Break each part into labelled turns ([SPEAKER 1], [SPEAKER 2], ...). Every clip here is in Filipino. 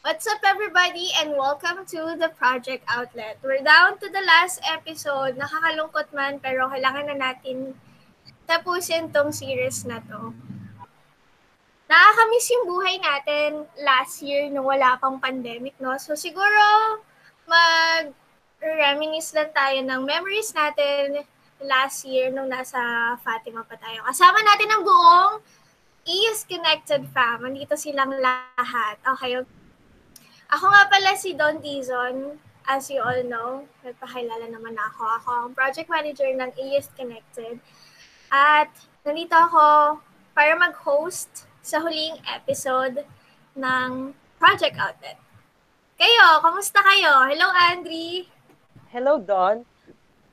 [SPEAKER 1] What's up, everybody, and welcome to the Project Outlet. We're down to the last episode. Nakakalungkot man, pero kailangan na natin tapusin tong series na to. Nakakamiss yung buhay natin last year nung wala pang pandemic, no? So, siguro mag reminisce lang tayo ng memories natin last year nung nasa Fatima pa tayo. Kasama natin ang buong is connected fam. Nandito silang lahat. Okay, ako nga pala si Don Dizon. As you all know, nagpakilala naman ako. Ako ang project manager ng AS Connected. At nandito ako para mag-host sa huling episode ng Project Outlet. Kayo, kamusta kayo? Hello, Andri!
[SPEAKER 2] Hello, Don.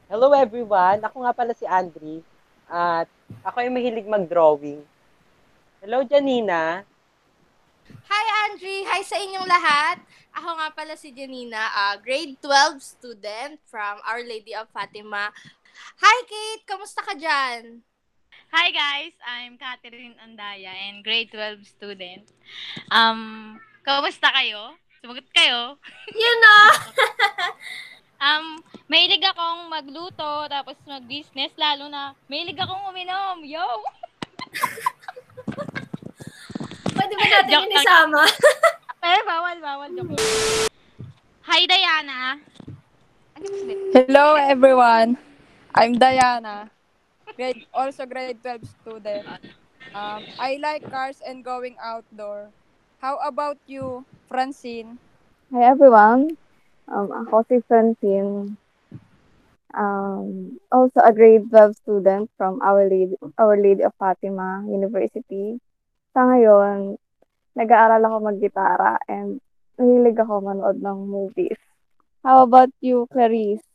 [SPEAKER 2] Hello, everyone. Ako nga pala si Andri. At ako ay mahilig mag-drawing. Hello, Janina.
[SPEAKER 3] Hi, Andre! Hi sa inyong lahat! Ako nga pala si Janina, ah, grade 12 student from Our Lady of Fatima. Hi, Kate! Kamusta ka dyan?
[SPEAKER 4] Hi guys, I'm Catherine Andaya and grade 12 student. Um, kamusta kayo? Sumagot kayo.
[SPEAKER 1] You know!
[SPEAKER 4] Um, mahilig akong magluto tapos mag-business lalo na mahilig akong uminom. Yo!
[SPEAKER 1] Pwede ba natin
[SPEAKER 4] Joke lang.
[SPEAKER 1] inisama?
[SPEAKER 4] Eh, bawal, bawal. Joke lang. Hi Diana.
[SPEAKER 5] Hello everyone. I'm Diana. Grade, also grade 12 student. Um, I like cars and going outdoor. How about you, Francine?
[SPEAKER 6] Hi everyone. Um, ako si Francine. Um, also a grade 12 student from Our Lady, Our Lady of Fatima University. Sa ngayon, nag-aaral ako maggitara and mahilig ako manood ng movies. How about you, Clarice?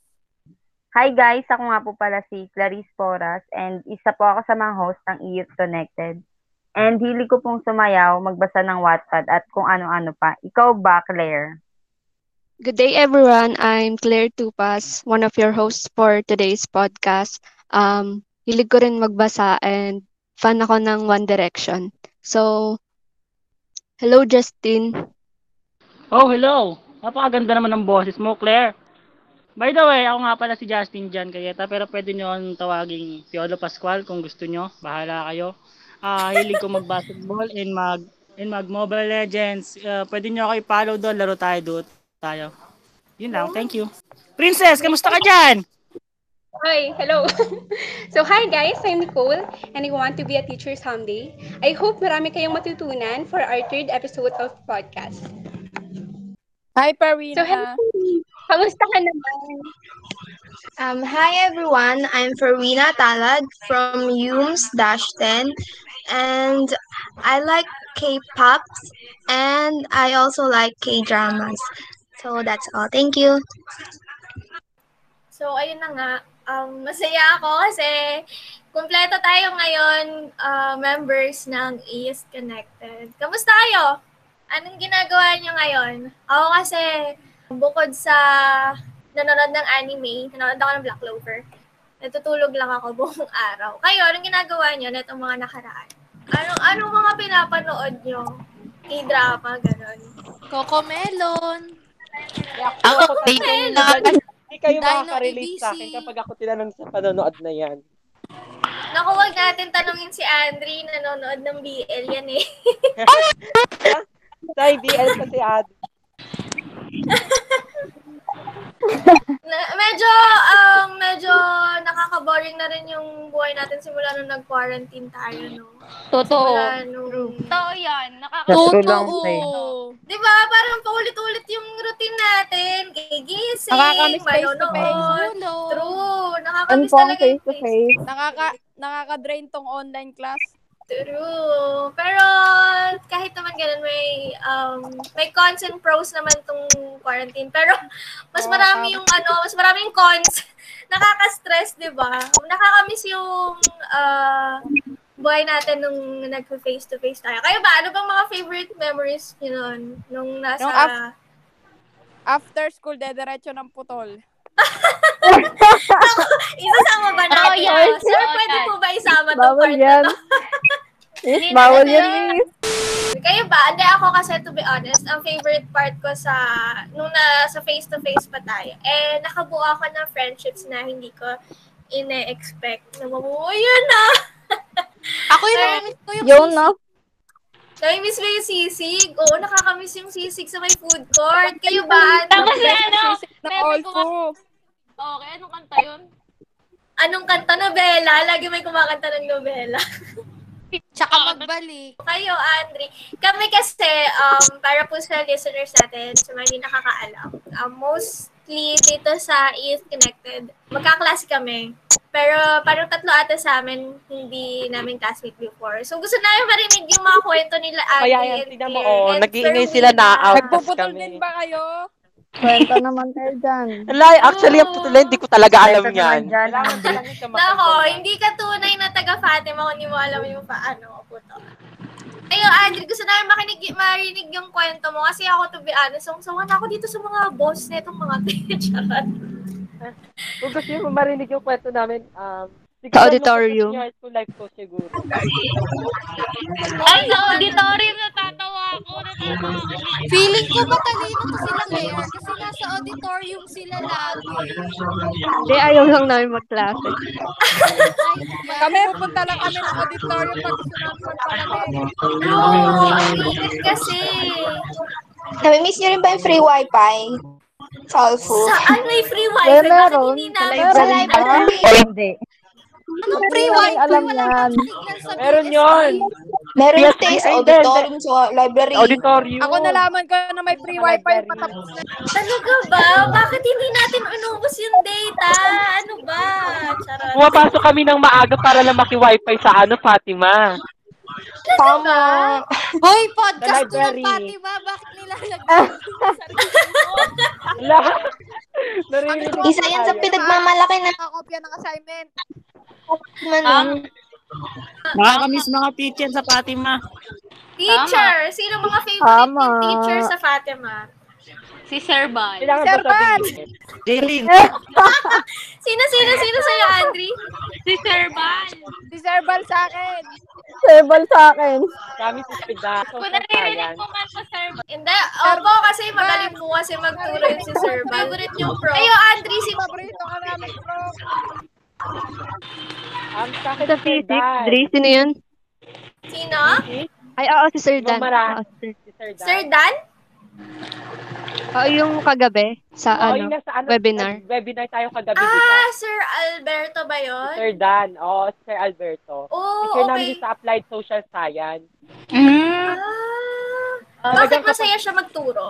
[SPEAKER 7] Hi guys, ako nga po pala si Clarice Poras and isa po ako sa mga host ng EF Connected. And hili ko pong sumayaw, magbasa ng Wattpad at kung ano-ano pa. Ikaw ba, Claire?
[SPEAKER 8] Good day, everyone. I'm Claire Tupas, one of your hosts for today's podcast. Um, hilig ko rin magbasa and fan ako ng One Direction. So, hello, Justin.
[SPEAKER 9] Oh, hello! Napakaganda naman ng boses mo, Claire. By the way, ako nga pala si Justin Jan Cayeta, pero pwede nyo akong tawaging Piolo Pascual kung gusto nyo. Bahala kayo. Ah, hilig ko mag-basketball and mag and mag Mobile Legends. Ah, pwede nyo ako i-follow doon, laro tayo doon. Tayo. Yun lang, thank you. Princess, kamusta ka dyan?
[SPEAKER 10] Hi, hello. so, hi guys, I'm Nicole and I want to be a teacher someday. I hope marami kayong matutunan for our third episode of podcast.
[SPEAKER 5] Hi, Parina.
[SPEAKER 10] So, hello. Kamusta ka naman?
[SPEAKER 11] Um, hi everyone, I'm Farina Talad from UMS-10 and I like K-pops and I also like K-dramas. So that's all. Thank you.
[SPEAKER 1] So, ayun na nga. Um, masaya ako kasi kumpleto tayo ngayon uh, members ng AS Connected. Kamusta kayo? Anong ginagawa niyo ngayon? Ako kasi bukod sa nanonood ng anime, nanonood ako ng Black Clover. Natutulog lang ako buong araw. Kayo, anong ginagawa niyo netong mga nakaraan? Anong, anong mga pinapanood niyo? K-drama, ganun.
[SPEAKER 3] Coco Melon!
[SPEAKER 2] Ako,
[SPEAKER 1] Ayun,
[SPEAKER 2] Hindi kayo
[SPEAKER 3] Dino
[SPEAKER 2] makaka-relate sa akin
[SPEAKER 3] ABC.
[SPEAKER 2] kapag ako tinanong sa panonood na yan.
[SPEAKER 1] Naku, wag natin tanungin si Andre, nanonood ng BL yan eh.
[SPEAKER 2] Sa IBL kasi ad.
[SPEAKER 1] na, medyo um medyo nakaka-boring na rin yung buhay natin simula nung nag-quarantine tayo no.
[SPEAKER 4] Totoo.
[SPEAKER 1] Simula nung
[SPEAKER 4] Totoo yan. Nakaka-
[SPEAKER 7] True lang, eh. pre.
[SPEAKER 3] Totoo!
[SPEAKER 1] 'Di ba? Parang paulit-ulit yung routine natin. Gigising,
[SPEAKER 5] Nakakamiss face to
[SPEAKER 1] manonood.
[SPEAKER 3] Tulog!
[SPEAKER 1] True.
[SPEAKER 6] And
[SPEAKER 1] Nakakamiss
[SPEAKER 6] pong
[SPEAKER 1] talaga yung face.
[SPEAKER 6] face-to-face.
[SPEAKER 5] Nakaka, nakaka-drain tong online class.
[SPEAKER 1] True. Pero kahit naman ganun may um may cons and pros naman tong quarantine. Pero mas
[SPEAKER 5] Oo,
[SPEAKER 1] marami
[SPEAKER 5] tama.
[SPEAKER 1] yung ano, mas maraming cons. Nakaka-stress, 'di ba? Nakakamiss yung uh, buhay natin nung nag-face to face tayo. Kayo ba ano bang mga favorite memories niyo nun nung nasa
[SPEAKER 5] Nung af- After school, dediretso ng putol.
[SPEAKER 1] Isasama ba natin?
[SPEAKER 4] Oo, yan.
[SPEAKER 1] Sir,
[SPEAKER 4] Oo,
[SPEAKER 1] pwede
[SPEAKER 4] yan.
[SPEAKER 1] po ba isama tong
[SPEAKER 6] Bawal
[SPEAKER 1] part na
[SPEAKER 6] yan.
[SPEAKER 1] to?
[SPEAKER 6] Miss, bawal yan, miss.
[SPEAKER 1] Kayo ba? Hindi ako kasi to be honest, ang favorite part ko sa nung na sa face to face pa tayo. Eh nakabuo ako ng friendships na hindi ko ine-expect na mabuo yun na.
[SPEAKER 3] ako yun, namimiss ko yung
[SPEAKER 1] Yun na. Namimiss mo yung sisig? Oo, nakakamiss yung sisig sa may food court. Kayo ba?
[SPEAKER 4] Tapos yung ano, memory ko nga-
[SPEAKER 1] Okay, anong kanta yun? Anong kanta? Nobela. Lagi may kumakanta ng nobela.
[SPEAKER 3] Tsaka magbalik.
[SPEAKER 1] Kayo, Andre. Kami kasi, um, para po sa listeners natin, sa mga hindi nakakaalam, um, mostly dito sa ETH Connected, magkaklase kami. Pero parang tatlo ata sa amin, hindi namin classmate before. So gusto namin marinig yung mga kwento nila
[SPEAKER 2] Kaya
[SPEAKER 1] Andre
[SPEAKER 2] yan,
[SPEAKER 1] and
[SPEAKER 2] tignan mo,
[SPEAKER 1] Claire
[SPEAKER 2] oh,
[SPEAKER 1] and
[SPEAKER 2] nag-iingay
[SPEAKER 1] Fermina.
[SPEAKER 2] sila na out
[SPEAKER 5] Nagpuputol
[SPEAKER 2] kami.
[SPEAKER 5] din ba kayo?
[SPEAKER 6] Kwento naman tayo dyan.
[SPEAKER 2] Alay, actually, ang tutuloy, hindi ko talaga alam yan.
[SPEAKER 1] Um, Nako, hindi ka tunay na taga-Fatima kung hindi mo alam yung paano. Puto. Ayun, Andre, gusto namin makinig, marinig yung kwento mo. Kasi ako, to be honest, ang sawa na ako dito sa mga boss na itong mga teacher.
[SPEAKER 2] Kung gusto nyo marinig yung kwento namin, um,
[SPEAKER 8] Sa auditorium.
[SPEAKER 2] Yung high school life ko siguro.
[SPEAKER 4] Ay, sa auditorium natatawa ako. Natatawa ako.
[SPEAKER 3] Feeling ko matalino to sila Claire kasi nasa auditorium sila lagi.
[SPEAKER 8] Hindi, ayaw lang namin magklase.
[SPEAKER 5] Kami, pupunta lang kami ng auditorium pag gusto namin magpalamig.
[SPEAKER 1] Oo, ang init kasi.
[SPEAKER 11] Nami-miss nyo rin ba yung free wifi? Solful.
[SPEAKER 1] Saan may free
[SPEAKER 6] Eh,
[SPEAKER 1] wifi? Bakit
[SPEAKER 6] meron.
[SPEAKER 1] hindi
[SPEAKER 6] Sa
[SPEAKER 1] namin?
[SPEAKER 11] Sa
[SPEAKER 6] library ba?
[SPEAKER 11] library.
[SPEAKER 7] Hindi.
[SPEAKER 3] Anong free
[SPEAKER 6] Hindi namin
[SPEAKER 3] wifi?
[SPEAKER 6] alam
[SPEAKER 3] Wala
[SPEAKER 6] yan.
[SPEAKER 3] nang signal sa
[SPEAKER 2] Meron
[SPEAKER 3] BSP.
[SPEAKER 2] yun!
[SPEAKER 11] Meron
[SPEAKER 2] Yes,
[SPEAKER 11] tayo sa
[SPEAKER 2] ay, hindi,
[SPEAKER 11] auditorium, sa library.
[SPEAKER 2] Auditorium!
[SPEAKER 5] Ako nalaman ko na may free wifi yung patapos na.
[SPEAKER 1] Talaga ba? Bakit hindi natin inubos yung data? Ano ba? Charot.
[SPEAKER 2] Pumapasok kami ng maaga para lang maki-wifi sa ano, Fatima.
[SPEAKER 11] Tama.
[SPEAKER 3] Hoy, podcast to ng
[SPEAKER 2] library. Ah.
[SPEAKER 3] Fatima. Bakit nilalagay mo yung sarili mo?
[SPEAKER 2] Wala! Naririnig
[SPEAKER 5] Ang-
[SPEAKER 11] Isa yan sa pinagmamalaki ng
[SPEAKER 5] Nakakopya ng assignment.
[SPEAKER 11] man.
[SPEAKER 4] Tama.
[SPEAKER 12] Nakakamiss mga teacher sa Fatima.
[SPEAKER 1] Teacher! Sino mga favorite
[SPEAKER 6] Tama.
[SPEAKER 1] yung teacher sa Fatima?
[SPEAKER 4] Si Sir Bal.
[SPEAKER 2] Kailangan ba
[SPEAKER 5] Sir Van!
[SPEAKER 2] sabihin?
[SPEAKER 12] Jailing.
[SPEAKER 1] Sino, sino, sino sa'yo, Andre?
[SPEAKER 4] Si Sir Bal.
[SPEAKER 5] Si Sir Val sa akin.
[SPEAKER 6] Table sa akin.
[SPEAKER 2] Kami sa pedaso
[SPEAKER 4] Kung
[SPEAKER 2] sa
[SPEAKER 4] naririnig
[SPEAKER 2] science.
[SPEAKER 4] mo man to, Sir Bal.
[SPEAKER 1] Hindi, opo kasi magaling po kasi magturo yun si Sir Val. Favorite yung pro. Kayo, Andre, si
[SPEAKER 5] Paborito ka namin, prof.
[SPEAKER 2] Ang sakit
[SPEAKER 8] Sa physics, Dre, sino yun?
[SPEAKER 1] Sino?
[SPEAKER 8] Ay, oo, si Sir Dan.
[SPEAKER 2] Gumara.
[SPEAKER 8] Oo, si Sir-
[SPEAKER 2] Si Sir Dan.
[SPEAKER 1] Sir Dan?
[SPEAKER 8] Oo, yung kagabi sa
[SPEAKER 2] Oo,
[SPEAKER 8] ano,
[SPEAKER 2] yung nasa ano,
[SPEAKER 8] webinar.
[SPEAKER 2] Webinar tayo kagabi, di ba?
[SPEAKER 1] Ah, Sir Alberto ba
[SPEAKER 2] Si
[SPEAKER 1] yun?
[SPEAKER 2] Sir Dan. Oo, si Sir Alberto.
[SPEAKER 1] Oo,
[SPEAKER 2] Teacher namin
[SPEAKER 1] okay.
[SPEAKER 2] din sa Applied Social Science.
[SPEAKER 4] Mm.
[SPEAKER 2] Ah,
[SPEAKER 1] Ah, bakit
[SPEAKER 2] talagang kapag-
[SPEAKER 1] masaya siya magturo?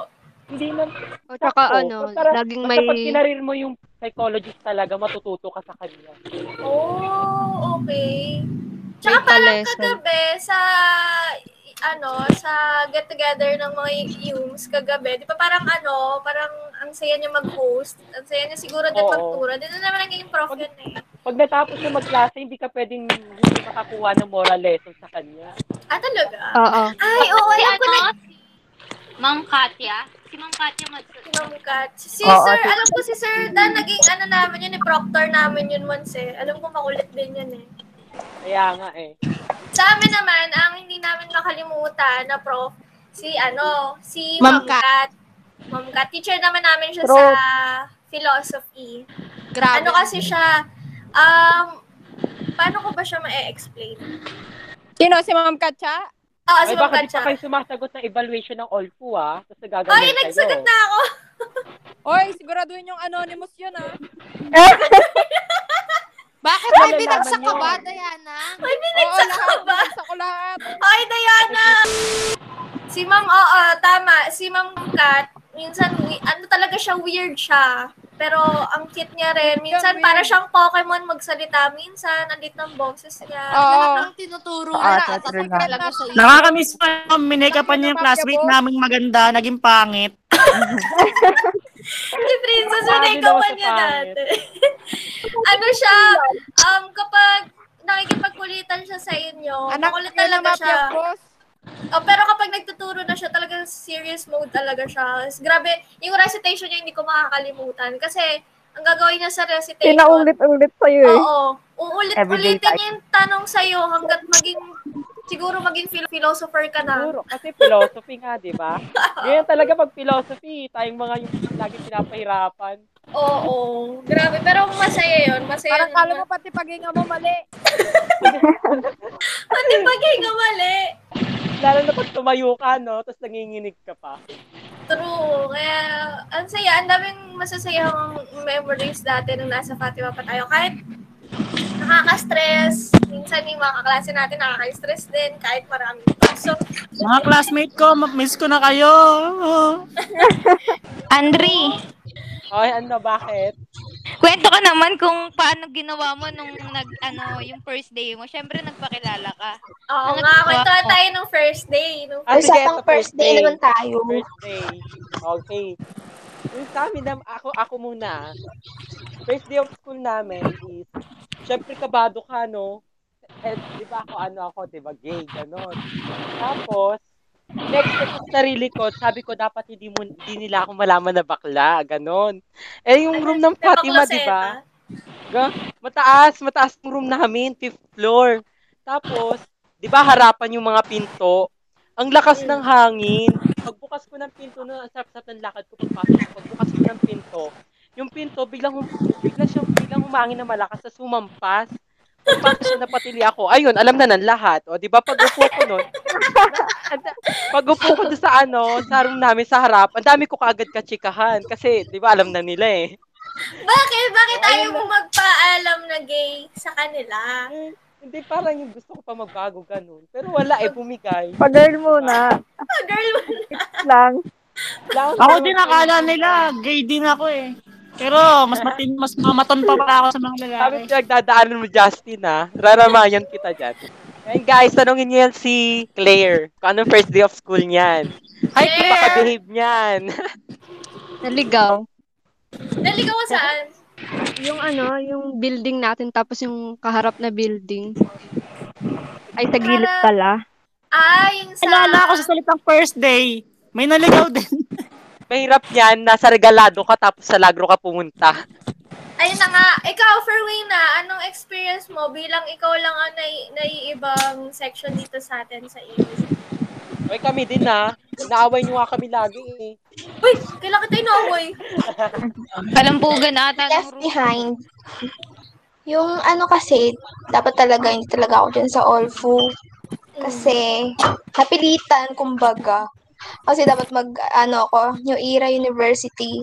[SPEAKER 2] Hindi na.
[SPEAKER 8] O, tsaka
[SPEAKER 2] Sakto.
[SPEAKER 8] ano,
[SPEAKER 2] Basta parang-
[SPEAKER 8] laging
[SPEAKER 2] basta pag
[SPEAKER 8] may...
[SPEAKER 2] kinarir mo yung psychologist talaga, matututo ka sa kanya.
[SPEAKER 1] Oh, okay.
[SPEAKER 8] May
[SPEAKER 1] Tsaka parang
[SPEAKER 8] palesal.
[SPEAKER 1] kagabi sa ano, sa get together ng mga yums kagabi, di ba parang ano, parang ang saya niya mag-host, ang saya niya siguro din
[SPEAKER 2] Oo.
[SPEAKER 1] magturo. Dito naman naging prof yun eh.
[SPEAKER 2] Pag natapos yung magklase, hindi ka pwedeng hindi makakuha ng moral lesson sa kanya.
[SPEAKER 1] Ah, talaga?
[SPEAKER 8] Oo.
[SPEAKER 1] Ay, oo,
[SPEAKER 4] Si
[SPEAKER 1] alam ko na
[SPEAKER 4] ano? Si Ma'am Katya. Si Ma'am Katya mas...
[SPEAKER 1] kinumkat. Si
[SPEAKER 7] Oo,
[SPEAKER 1] Sir,
[SPEAKER 7] si-
[SPEAKER 1] alam ko si Sir Dan, naging ano namin yun, eh, proctor namin yun once eh. Alam ko makulit din yun eh.
[SPEAKER 2] Kaya nga eh.
[SPEAKER 1] Sa amin naman, ang hindi namin makalimutan na prof, si ano, si
[SPEAKER 3] Ma'am
[SPEAKER 1] Ma'am Kat. Ma'am Kat. Teacher naman namin siya
[SPEAKER 6] Prof.
[SPEAKER 1] sa philosophy.
[SPEAKER 3] Grabe.
[SPEAKER 1] Ano kasi siya, um, paano ko ba siya ma-explain?
[SPEAKER 5] Sino? Si Ma'am Katya?
[SPEAKER 1] Oo,
[SPEAKER 2] Ay,
[SPEAKER 1] si Ma'am
[SPEAKER 2] baka
[SPEAKER 1] Kat
[SPEAKER 2] di pa
[SPEAKER 1] Ah, siya.
[SPEAKER 2] kayo sumasagot ng evaluation ng all four, ah. Tapos nagaganyan
[SPEAKER 1] Ay,
[SPEAKER 2] kayo.
[SPEAKER 1] nagsagot na ako.
[SPEAKER 5] Oy, siguraduhin yung anonymous yun, ah.
[SPEAKER 3] Eh! Bakit
[SPEAKER 2] Wala
[SPEAKER 3] may binagsak
[SPEAKER 2] naman
[SPEAKER 3] ka ba,
[SPEAKER 2] yun.
[SPEAKER 3] Diana?
[SPEAKER 1] Ay,
[SPEAKER 5] Oo,
[SPEAKER 1] binagsak
[SPEAKER 5] lahat.
[SPEAKER 1] ka ba?
[SPEAKER 5] Binagsak ko lahat.
[SPEAKER 1] Ay, Diana! Si Ma'am, oo, tama. Si Ma'am Kat, minsan, we, ano talaga siya, weird siya. Pero, ang cute niya rin.
[SPEAKER 5] Weird.
[SPEAKER 1] Minsan, para siyang Pokemon magsalita. Minsan, ang lit ng boses niya.
[SPEAKER 5] Oo.
[SPEAKER 3] Lahat ng tinuturo
[SPEAKER 5] Ah,
[SPEAKER 3] niya,
[SPEAKER 5] that's
[SPEAKER 3] tatatak
[SPEAKER 5] true na.
[SPEAKER 3] talaga
[SPEAKER 2] eh.
[SPEAKER 3] sa iyo.
[SPEAKER 12] Nakakamiss pa yung mineka pa niya yung classmate naming maganda, naging pangit.
[SPEAKER 1] Si Princess,
[SPEAKER 2] Sabi
[SPEAKER 1] yun
[SPEAKER 2] daw
[SPEAKER 1] ikaw
[SPEAKER 2] sa
[SPEAKER 1] niya
[SPEAKER 2] pangit.
[SPEAKER 1] dati. ano siya, um, kapag nakikipagkulitan siya sa inyo,
[SPEAKER 5] Anak,
[SPEAKER 1] makulit
[SPEAKER 5] yun na
[SPEAKER 1] talaga siya.
[SPEAKER 5] mafia boss.
[SPEAKER 1] Oh, pero kapag nagtuturo na siya, talagang serious mode talaga siya. As- Grabe, yung recitation niya hindi ko makakalimutan. Kasi, ang gagawin niya sa recitation,
[SPEAKER 6] Pinaulit-ulit sa'yo eh.
[SPEAKER 1] oo, uulit-ulitin
[SPEAKER 7] Everyday
[SPEAKER 1] niya yung tanong sa'yo hanggat maging Siguro maging phil- philosopher ka na.
[SPEAKER 2] Siguro, kasi philosophy nga, di ba? Ganyan talaga pag philosophy, tayong mga yung lagi pinapahirapan.
[SPEAKER 1] Oo, grabe. Pero masaya yun. Masaya
[SPEAKER 5] Parang kala mo pati paghinga mo mali.
[SPEAKER 1] pati paghinga mali.
[SPEAKER 2] Lalo na pag tumayo ka, no? Tapos nanginginig ka pa.
[SPEAKER 1] True. Kaya, ang saya. Ang daming masasayang memories dati nung nasa Fatima pa tayo. Kahit nakaka-stress. Minsan yung mga kaklase natin nakaka-stress din kahit maraming pasok.
[SPEAKER 12] Mga classmate ko, ma- miss ko na kayo.
[SPEAKER 4] Andri,
[SPEAKER 2] Ay, ano, bakit?
[SPEAKER 4] kwento ka naman kung paano ginawa mo nung nag, ano, yung first day mo. Siyempre, nagpakilala ka. Ano
[SPEAKER 1] Oo nga,
[SPEAKER 4] nagawa
[SPEAKER 1] kwento
[SPEAKER 4] mo?
[SPEAKER 1] tayo nung first day.
[SPEAKER 3] Ano?
[SPEAKER 1] Nung
[SPEAKER 2] Ah, sige,
[SPEAKER 1] Usapang
[SPEAKER 2] sa day. First day. Okay. Yung sa amin, nam- ako, ako muna. First day of school namin is, syempre kabado ka, no? Eh, di ba ako, ano ako, di ba, gay, ganon. Tapos, next ko sa sarili ko, sabi ko, dapat hindi, mo, hindi nila ako malaman na bakla, ganon. Eh, yung room ng Fatima, di ba? Ga- Mataas, mataas yung room namin, fifth floor. Tapos, di ba harapan yung mga pinto? Ang lakas ng hangin. Pagbukas ko ng pinto, no, ang sarap-sarap ng lakad ko pagpasok. ko. Pagbukas ko ng pinto, yung pinto, biglang, hum- biglang, siyang, biglang humangin na malakas, tapos humampas. Pagpasok siya, napatili ako. Ayun, alam na ng lahat. O, di ba, pag upo ko nun, pag upo ko doon sa ano, sa room namin sa harap, ang dami ko kaagad kachikahan. Kasi, di ba, alam na nila eh.
[SPEAKER 1] Bakit? Bakit ayaw mo magpaalam na gay sa kanila?
[SPEAKER 2] Hindi, parang yung gusto ko pa magbago ganun. Pero wala eh, bumigay.
[SPEAKER 6] Pa-girl muna.
[SPEAKER 2] Ah,
[SPEAKER 1] Pa-girl muna.
[SPEAKER 6] lang.
[SPEAKER 12] Ako din akala nila, gay din ako eh. Pero mas matin, mas mamaton pa pala ako sa mga
[SPEAKER 2] Sabi
[SPEAKER 12] lalaki.
[SPEAKER 2] ko, nagdadaanan mo, Justin, ha? Raramayan kita dyan. And guys, tanongin niyo yan si Claire. Kung anong first day of school niyan. Hi, Claire! Baka-behave niyan.
[SPEAKER 8] Naligaw.
[SPEAKER 1] Naligaw ko saan?
[SPEAKER 8] Yung ano, yung building natin tapos yung kaharap na building. Ay, sa gilid pala.
[SPEAKER 1] Ah, yung sa...
[SPEAKER 12] Alala ko sa salitang first day, may naligaw din.
[SPEAKER 2] Mahirap yan, nasa regalado ka tapos sa lagro ka pumunta.
[SPEAKER 1] Ayun na nga, ikaw, Ferwina, anong experience mo bilang ikaw lang ang nai- naiibang section dito sa atin sa English?
[SPEAKER 2] Uy, kami din na. Naaway niyo nga kami lagi eh.
[SPEAKER 1] Uy, kailan kita inaway?
[SPEAKER 4] Palampugan ata.
[SPEAKER 11] Left behind. Yung ano kasi, dapat talaga, hindi talaga ako dyan sa all food. Kasi, napilitan, kumbaga. Kasi dapat mag, ano ko, New Era University.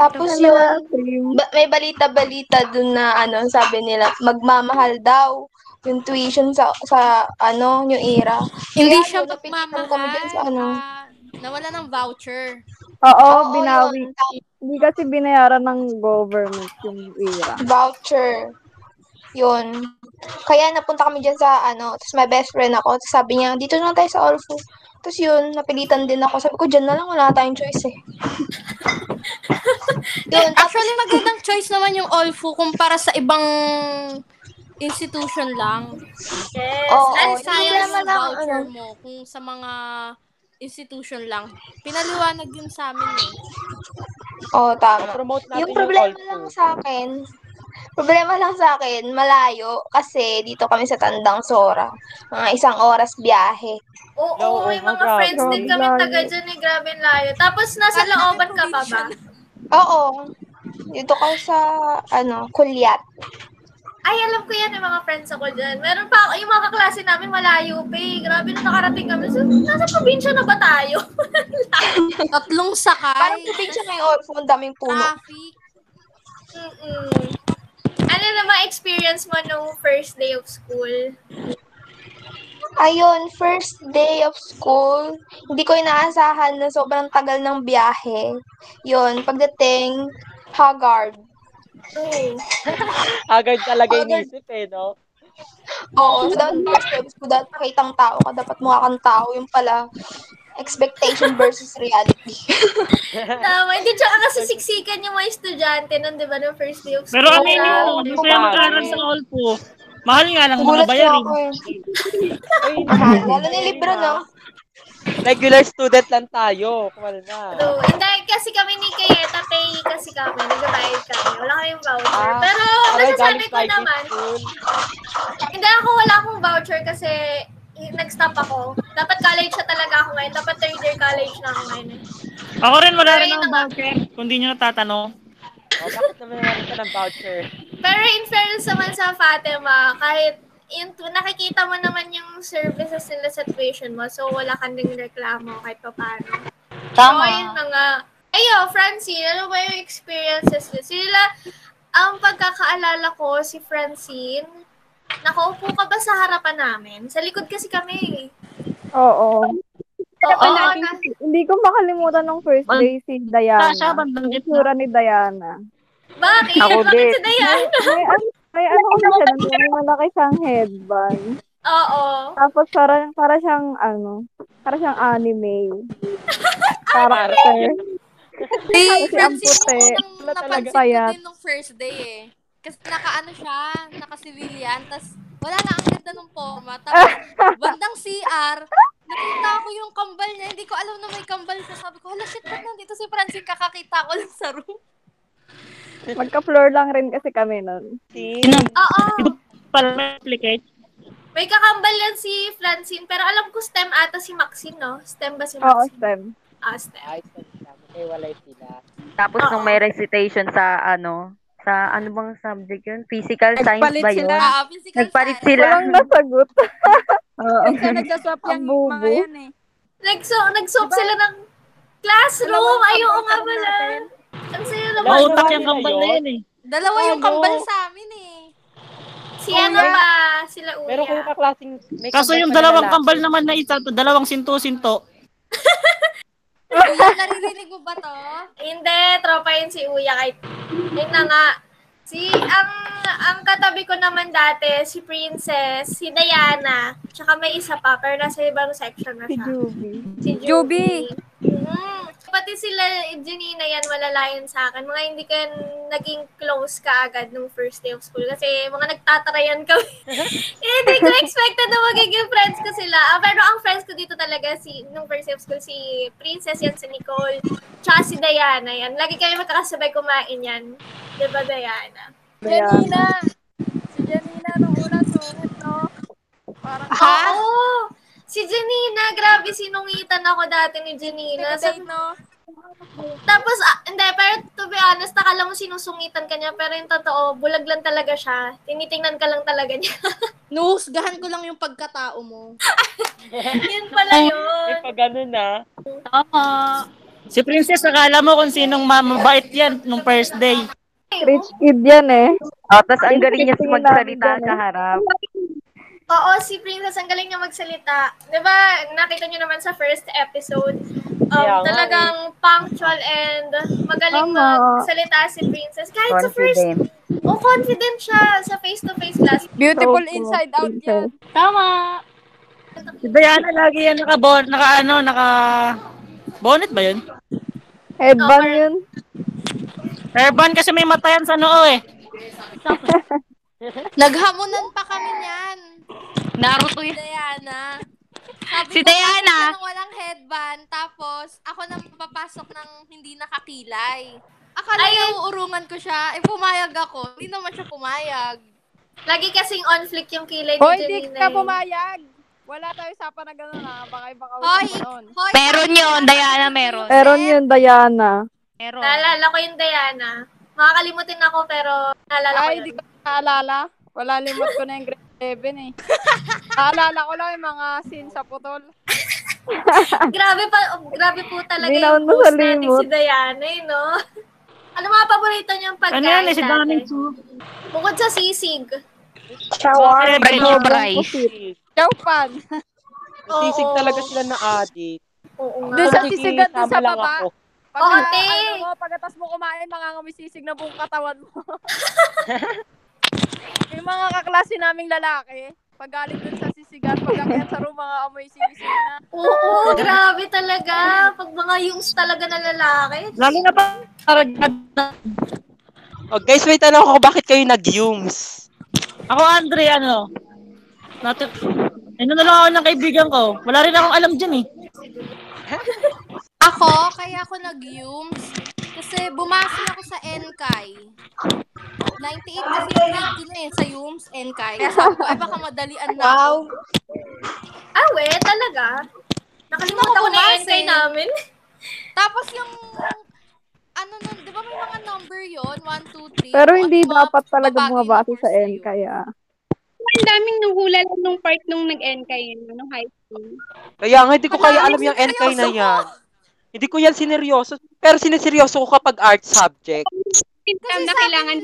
[SPEAKER 11] Tapos yung, ba- may balita-balita dun na, ano, sabi nila, magmamahal daw yung tuition sa, sa ano, New Era.
[SPEAKER 3] Hindi
[SPEAKER 11] Kaya
[SPEAKER 3] siya
[SPEAKER 11] yun, napilitan kami dyan sa, ano,
[SPEAKER 3] Nawala ng voucher.
[SPEAKER 6] Oo, binawi. Hindi kasi binayaran ng government yung ira.
[SPEAKER 3] Diba?
[SPEAKER 11] voucher. Yun. Kaya napunta kami dyan sa ano, tapos my best friend ako, tapos sabi niya, dito na lang tayo sa All Foods. Tapos yun, napilitan din ako. Sabi ko, dyan na lang, wala tayong choice eh.
[SPEAKER 3] Yun, actually, magandang choice naman yung Olfu kumpara sa ibang institution lang.
[SPEAKER 1] Yes.
[SPEAKER 3] Oo,
[SPEAKER 1] Dahil
[SPEAKER 3] oh,
[SPEAKER 1] sayang
[SPEAKER 3] sayang
[SPEAKER 1] yung
[SPEAKER 3] yung
[SPEAKER 11] ano.
[SPEAKER 3] voucher
[SPEAKER 1] ano,
[SPEAKER 3] mo kung sa mga institution lang. Pinaliwanag yun sa amin eh.
[SPEAKER 11] Oo, Oh, tama.
[SPEAKER 2] Promote natin
[SPEAKER 11] Yung
[SPEAKER 2] yung
[SPEAKER 11] problema
[SPEAKER 2] all
[SPEAKER 11] lang sa akin, problema lang sa akin, malayo, kasi dito kami sa Tandang Sora. Mga isang oras biyahe.
[SPEAKER 1] Oo, may mga friends din kami taga dyan eh, grabe ang layo. Tapos nasa looban ka pa ba?
[SPEAKER 11] Oo. Dito ka sa, ano, Kulyat.
[SPEAKER 1] Ay, alam ko yan yung mga friends ako dyan. Meron pa ako, yung mga kaklase namin malayo pa eh. Grabe na nakarating kami. So, nasa probinsya na ba tayo?
[SPEAKER 3] Tatlong sakay.
[SPEAKER 11] Parang probinsya na yung All Foods, ang daming puno.
[SPEAKER 3] Ah.
[SPEAKER 1] Mm-mm. Ano naman experience mo nung first day of school?
[SPEAKER 11] Ayun, first day of school, hindi ko inaasahan na sobrang tagal ng biyahe. Yun, pagdating, Haggard.
[SPEAKER 2] Agad talaga inisip eh, no?
[SPEAKER 11] Oo, so dapat first day of school, dapat pakitang tao ka, dapat mukha kang tao. Yung pala, expectation versus reality.
[SPEAKER 1] Tama, hindi tsaka kasi siksikan yung mga estudyante nun, di ba, nung first day of school.
[SPEAKER 12] Pero kami
[SPEAKER 1] na-
[SPEAKER 12] nyo, hindi pa yung mag-aral sa all po. Mahal nga lang mga
[SPEAKER 11] Gulat
[SPEAKER 12] bayarin.
[SPEAKER 11] ako eh. Lalo na yung libro, no?
[SPEAKER 2] Regular student lang tayo. Kumalma.
[SPEAKER 1] So, and dahil kasi kami ni Kayeta, pay kasi kami, nagbabayad kami. Wala kaming voucher.
[SPEAKER 2] Ah,
[SPEAKER 1] Pero
[SPEAKER 2] aray,
[SPEAKER 1] masasabi
[SPEAKER 2] galing
[SPEAKER 1] ko
[SPEAKER 2] private
[SPEAKER 1] naman,
[SPEAKER 2] school.
[SPEAKER 1] hindi ako wala akong voucher kasi nag-stop ako. Dapat college na talaga ako ngayon. Dapat third year college na ako ngayon. eh.
[SPEAKER 9] Ako rin, wala
[SPEAKER 1] Pero
[SPEAKER 9] rin
[SPEAKER 1] yun
[SPEAKER 9] akong voucher. Kung di nyo natatanong.
[SPEAKER 2] Oh, bakit naman naman ka ng voucher?
[SPEAKER 1] Pero in fairness naman sa Fatima, kahit yun, nakikita mo naman yung services nila sa tuition mo, so wala kang ding reklamo kahit pa paano. So,
[SPEAKER 13] Tama.
[SPEAKER 1] yun mga... Ayo, Francine, ano ba yung experiences niyo? Sila, ang pagkakaalala ko, si Francine, nakaupo ka ba sa harapan namin? Sa likod kasi kami.
[SPEAKER 6] Oo.
[SPEAKER 1] Oo,
[SPEAKER 6] na- hindi ko makalimutan ng first day si Diana.
[SPEAKER 1] siya,
[SPEAKER 6] Yung itsura ni Diana.
[SPEAKER 1] Bakit?
[SPEAKER 6] Ako
[SPEAKER 1] Bakit
[SPEAKER 6] din.
[SPEAKER 1] si Diana?
[SPEAKER 6] May, an- may ano kasi siya, doon, may malaki siyang headband.
[SPEAKER 1] Oo.
[SPEAKER 6] Tapos para, para siyang ano, para siyang anime. Character. Kasi ang puti.
[SPEAKER 3] Napansin ko
[SPEAKER 6] Payat.
[SPEAKER 3] din nung first day eh. Kasi nakaano siya, naka-civilian, tas wala na, ang ganda ng forma. Tapos bandang CR, nakita ko yung kambal niya, hindi ko alam na may kambal siya. Sabi ko, hala shit, ba't nandito si Francine? Kakakita ko lang sa room.
[SPEAKER 6] Magka-floor lang rin kasi kami nun.
[SPEAKER 1] Oo.
[SPEAKER 9] Para replicate.
[SPEAKER 1] May kakambal yan si Francine, pero alam ko STEM ata si Maxine, no? STEM ba
[SPEAKER 6] Oo,
[SPEAKER 1] si Maxine?
[SPEAKER 6] STEM.
[SPEAKER 1] Ah, STEM.
[SPEAKER 2] Ay, Okay, walay sila.
[SPEAKER 7] Tapos nung may recitation sa ano, sa ano bang subject yun? Physical science
[SPEAKER 5] Nagpalit
[SPEAKER 7] ba yun?
[SPEAKER 5] sila. Ah, physical
[SPEAKER 7] Nagpalit
[SPEAKER 5] science.
[SPEAKER 7] sila.
[SPEAKER 5] Walang
[SPEAKER 6] nasagot.
[SPEAKER 5] Oo. Kasi nagsaswap yan mga yan eh.
[SPEAKER 1] Nagso, nag-swap sila ng classroom.
[SPEAKER 5] Dalawang
[SPEAKER 1] Ay, oo
[SPEAKER 5] kambal
[SPEAKER 1] nga
[SPEAKER 5] kami
[SPEAKER 1] pala. Ang sayo naman.
[SPEAKER 9] Nautak yung kambal na yun eh.
[SPEAKER 3] Dalawa yung
[SPEAKER 2] Oh,
[SPEAKER 1] Ano?
[SPEAKER 3] kambal sa amin eh.
[SPEAKER 1] Si
[SPEAKER 3] Kuya.
[SPEAKER 1] ano ba? Sila Uya.
[SPEAKER 2] Meron kayong kaklaseng... may
[SPEAKER 9] Kaso
[SPEAKER 2] kambal
[SPEAKER 9] yung
[SPEAKER 2] pa na
[SPEAKER 9] dalawang
[SPEAKER 2] lalaki.
[SPEAKER 9] kambal naman na isa, dalawang sinto-sinto.
[SPEAKER 3] Kuya, naririnig mo ba to?
[SPEAKER 1] Hindi, tropa yun si Uya. Kahit, yun na nga. Si, ang, ang katabi ko naman dati, si Princess, si Diana, tsaka may isa pa, pero nasa ibang section na siya. Si Juby. Mm. Pati sila, Janina yan, malalayan sa akin. Mga hindi ka naging close ka agad nung first day of school. Kasi mga nagtatarayan kami. Eh, hindi ko expected na magiging friends ko sila. Ah, pero ang friends ko dito talaga, si, nung first day of school, si Princess yan, si Nicole, tsaka si Diana yan. Lagi kami magkakasabay kumain yan. Diba, Diana?
[SPEAKER 5] Janina! Si Janina nung una sulit, no? Parang,
[SPEAKER 1] Oo! Si Janina, grabe sinungitan ako dati ni Janina. Sabi,
[SPEAKER 5] no?
[SPEAKER 1] Tapos, ah, hindi, pero to be honest, akala mo sinusungitan ka niya, pero yung totoo, bulag lang talaga siya. Tinitingnan ka lang talaga niya.
[SPEAKER 3] Nuhusgahan ko lang yung pagkatao mo.
[SPEAKER 1] Yun pala yun.
[SPEAKER 2] May pa ganun ah.
[SPEAKER 3] Oo.
[SPEAKER 9] Si Princess, akala mo kung sinong ma- mabait yan nung first day.
[SPEAKER 6] Rich kid yan eh.
[SPEAKER 7] Oh, tapos ang galing niya magsalita sa harap.
[SPEAKER 1] Oo, si Princess, ang galing niya magsalita. Di ba, nakita niyo naman sa first episode, um,
[SPEAKER 7] Kaya nga
[SPEAKER 3] eh.
[SPEAKER 1] talagang punctual and magaling
[SPEAKER 7] Tama.
[SPEAKER 1] magsalita si Princess. Kahit sa first,
[SPEAKER 5] eh.
[SPEAKER 1] oh, confident siya sa face-to-face class.
[SPEAKER 5] Beautiful inside out yan.
[SPEAKER 1] Tama!
[SPEAKER 9] Si Diana, lagi yan naka, naka ano, naka... Bonnet ba yun?
[SPEAKER 6] Headband yun.
[SPEAKER 9] Urban kasi may matayan sa noo eh.
[SPEAKER 3] Naghamunan pa kami niyan.
[SPEAKER 4] Naruto yun.
[SPEAKER 3] Si Diana. Sabi
[SPEAKER 4] Si
[SPEAKER 3] ko, bakit
[SPEAKER 4] Diana.
[SPEAKER 3] ka nang walang headband, tapos ako nang papasok ng hindi nakakilay. Akala
[SPEAKER 1] Ay,
[SPEAKER 3] niya
[SPEAKER 1] ay.
[SPEAKER 3] uurungan ko siya, eh pumayag ako. Hindi naman siya pumayag.
[SPEAKER 1] Lagi kasing on-flick yung kilay ni
[SPEAKER 5] Hoy,
[SPEAKER 1] Janina.
[SPEAKER 5] di ka
[SPEAKER 1] eh.
[SPEAKER 5] pumayag. Wala tayo usapan na gano'n ha. Baka iba ka
[SPEAKER 3] Hoy,
[SPEAKER 5] usapan nun.
[SPEAKER 4] Meron yun, Diana, meron.
[SPEAKER 6] Meron yun, Diana.
[SPEAKER 4] Meron.
[SPEAKER 1] Naalala ko yung Diana. Makakalimutin ako pero naalala ko
[SPEAKER 5] Ay,
[SPEAKER 1] yun.
[SPEAKER 5] di ko naalala. Wala limot ko na yung grade 11 eh. Naalala ko lang yung mga scene sa putol.
[SPEAKER 1] grabe pa, oh, grabe po talaga
[SPEAKER 5] Hindi naman
[SPEAKER 1] yung post natin
[SPEAKER 5] masalimot.
[SPEAKER 1] si Diana, eh, no? Ano mga paborito niyang pagkain
[SPEAKER 9] Ano yan eh, si
[SPEAKER 1] dati?
[SPEAKER 9] Daming Su.
[SPEAKER 1] Bukod sa sisig.
[SPEAKER 2] Chawar, Bagong
[SPEAKER 4] eh?
[SPEAKER 2] rice.
[SPEAKER 5] Chowpan.
[SPEAKER 2] Sisig talaga sila na adik.
[SPEAKER 1] Oo
[SPEAKER 5] Doon sa sisigan doon sa baba. Pag,
[SPEAKER 1] Oo, te.
[SPEAKER 5] ano mo, pagkatas mo kumain, mangangamoy sisig na buong katawan mo. yung mga kaklase naming lalaki, pag galing doon sa sisigan, pag akyat sa room, mga amoy sisig na.
[SPEAKER 1] Oo, grabe talaga. Pag mga yungs talaga na lalaki.
[SPEAKER 9] Lalo na pa para
[SPEAKER 2] Oh, guys, wait tanong ko bakit kayo nag-yums.
[SPEAKER 9] Ako, Andre, ano? Nat- ano na lang ako ng kaibigan ko. Wala rin akong alam dyan eh.
[SPEAKER 3] Ako, kaya ako nag-yums. Kasi bumasol ako sa NKAI. 98 kasi yung grade ko na eh, sa yums, NKAI. Kaya sabi ko, ay baka madalian na ako.
[SPEAKER 1] Ah, we, talaga. Nakalimutan ko na yung essay namin.
[SPEAKER 3] Tapos yung, ano nun, di ba may mga number yon 1, 2, 3.
[SPEAKER 6] Pero hindi dapat talaga bumabati sa N, kaya...
[SPEAKER 10] Ang daming nahula lang nung part nung nag-NK yun, nung high school.
[SPEAKER 2] Kaya nga, hindi ko kaya alam yung
[SPEAKER 10] seryoso
[SPEAKER 2] NK na
[SPEAKER 10] ko.
[SPEAKER 2] yan. Hindi ko yan sineryoso. Pero sineseryoso ko kapag art subject.
[SPEAKER 3] Kasi na kailangan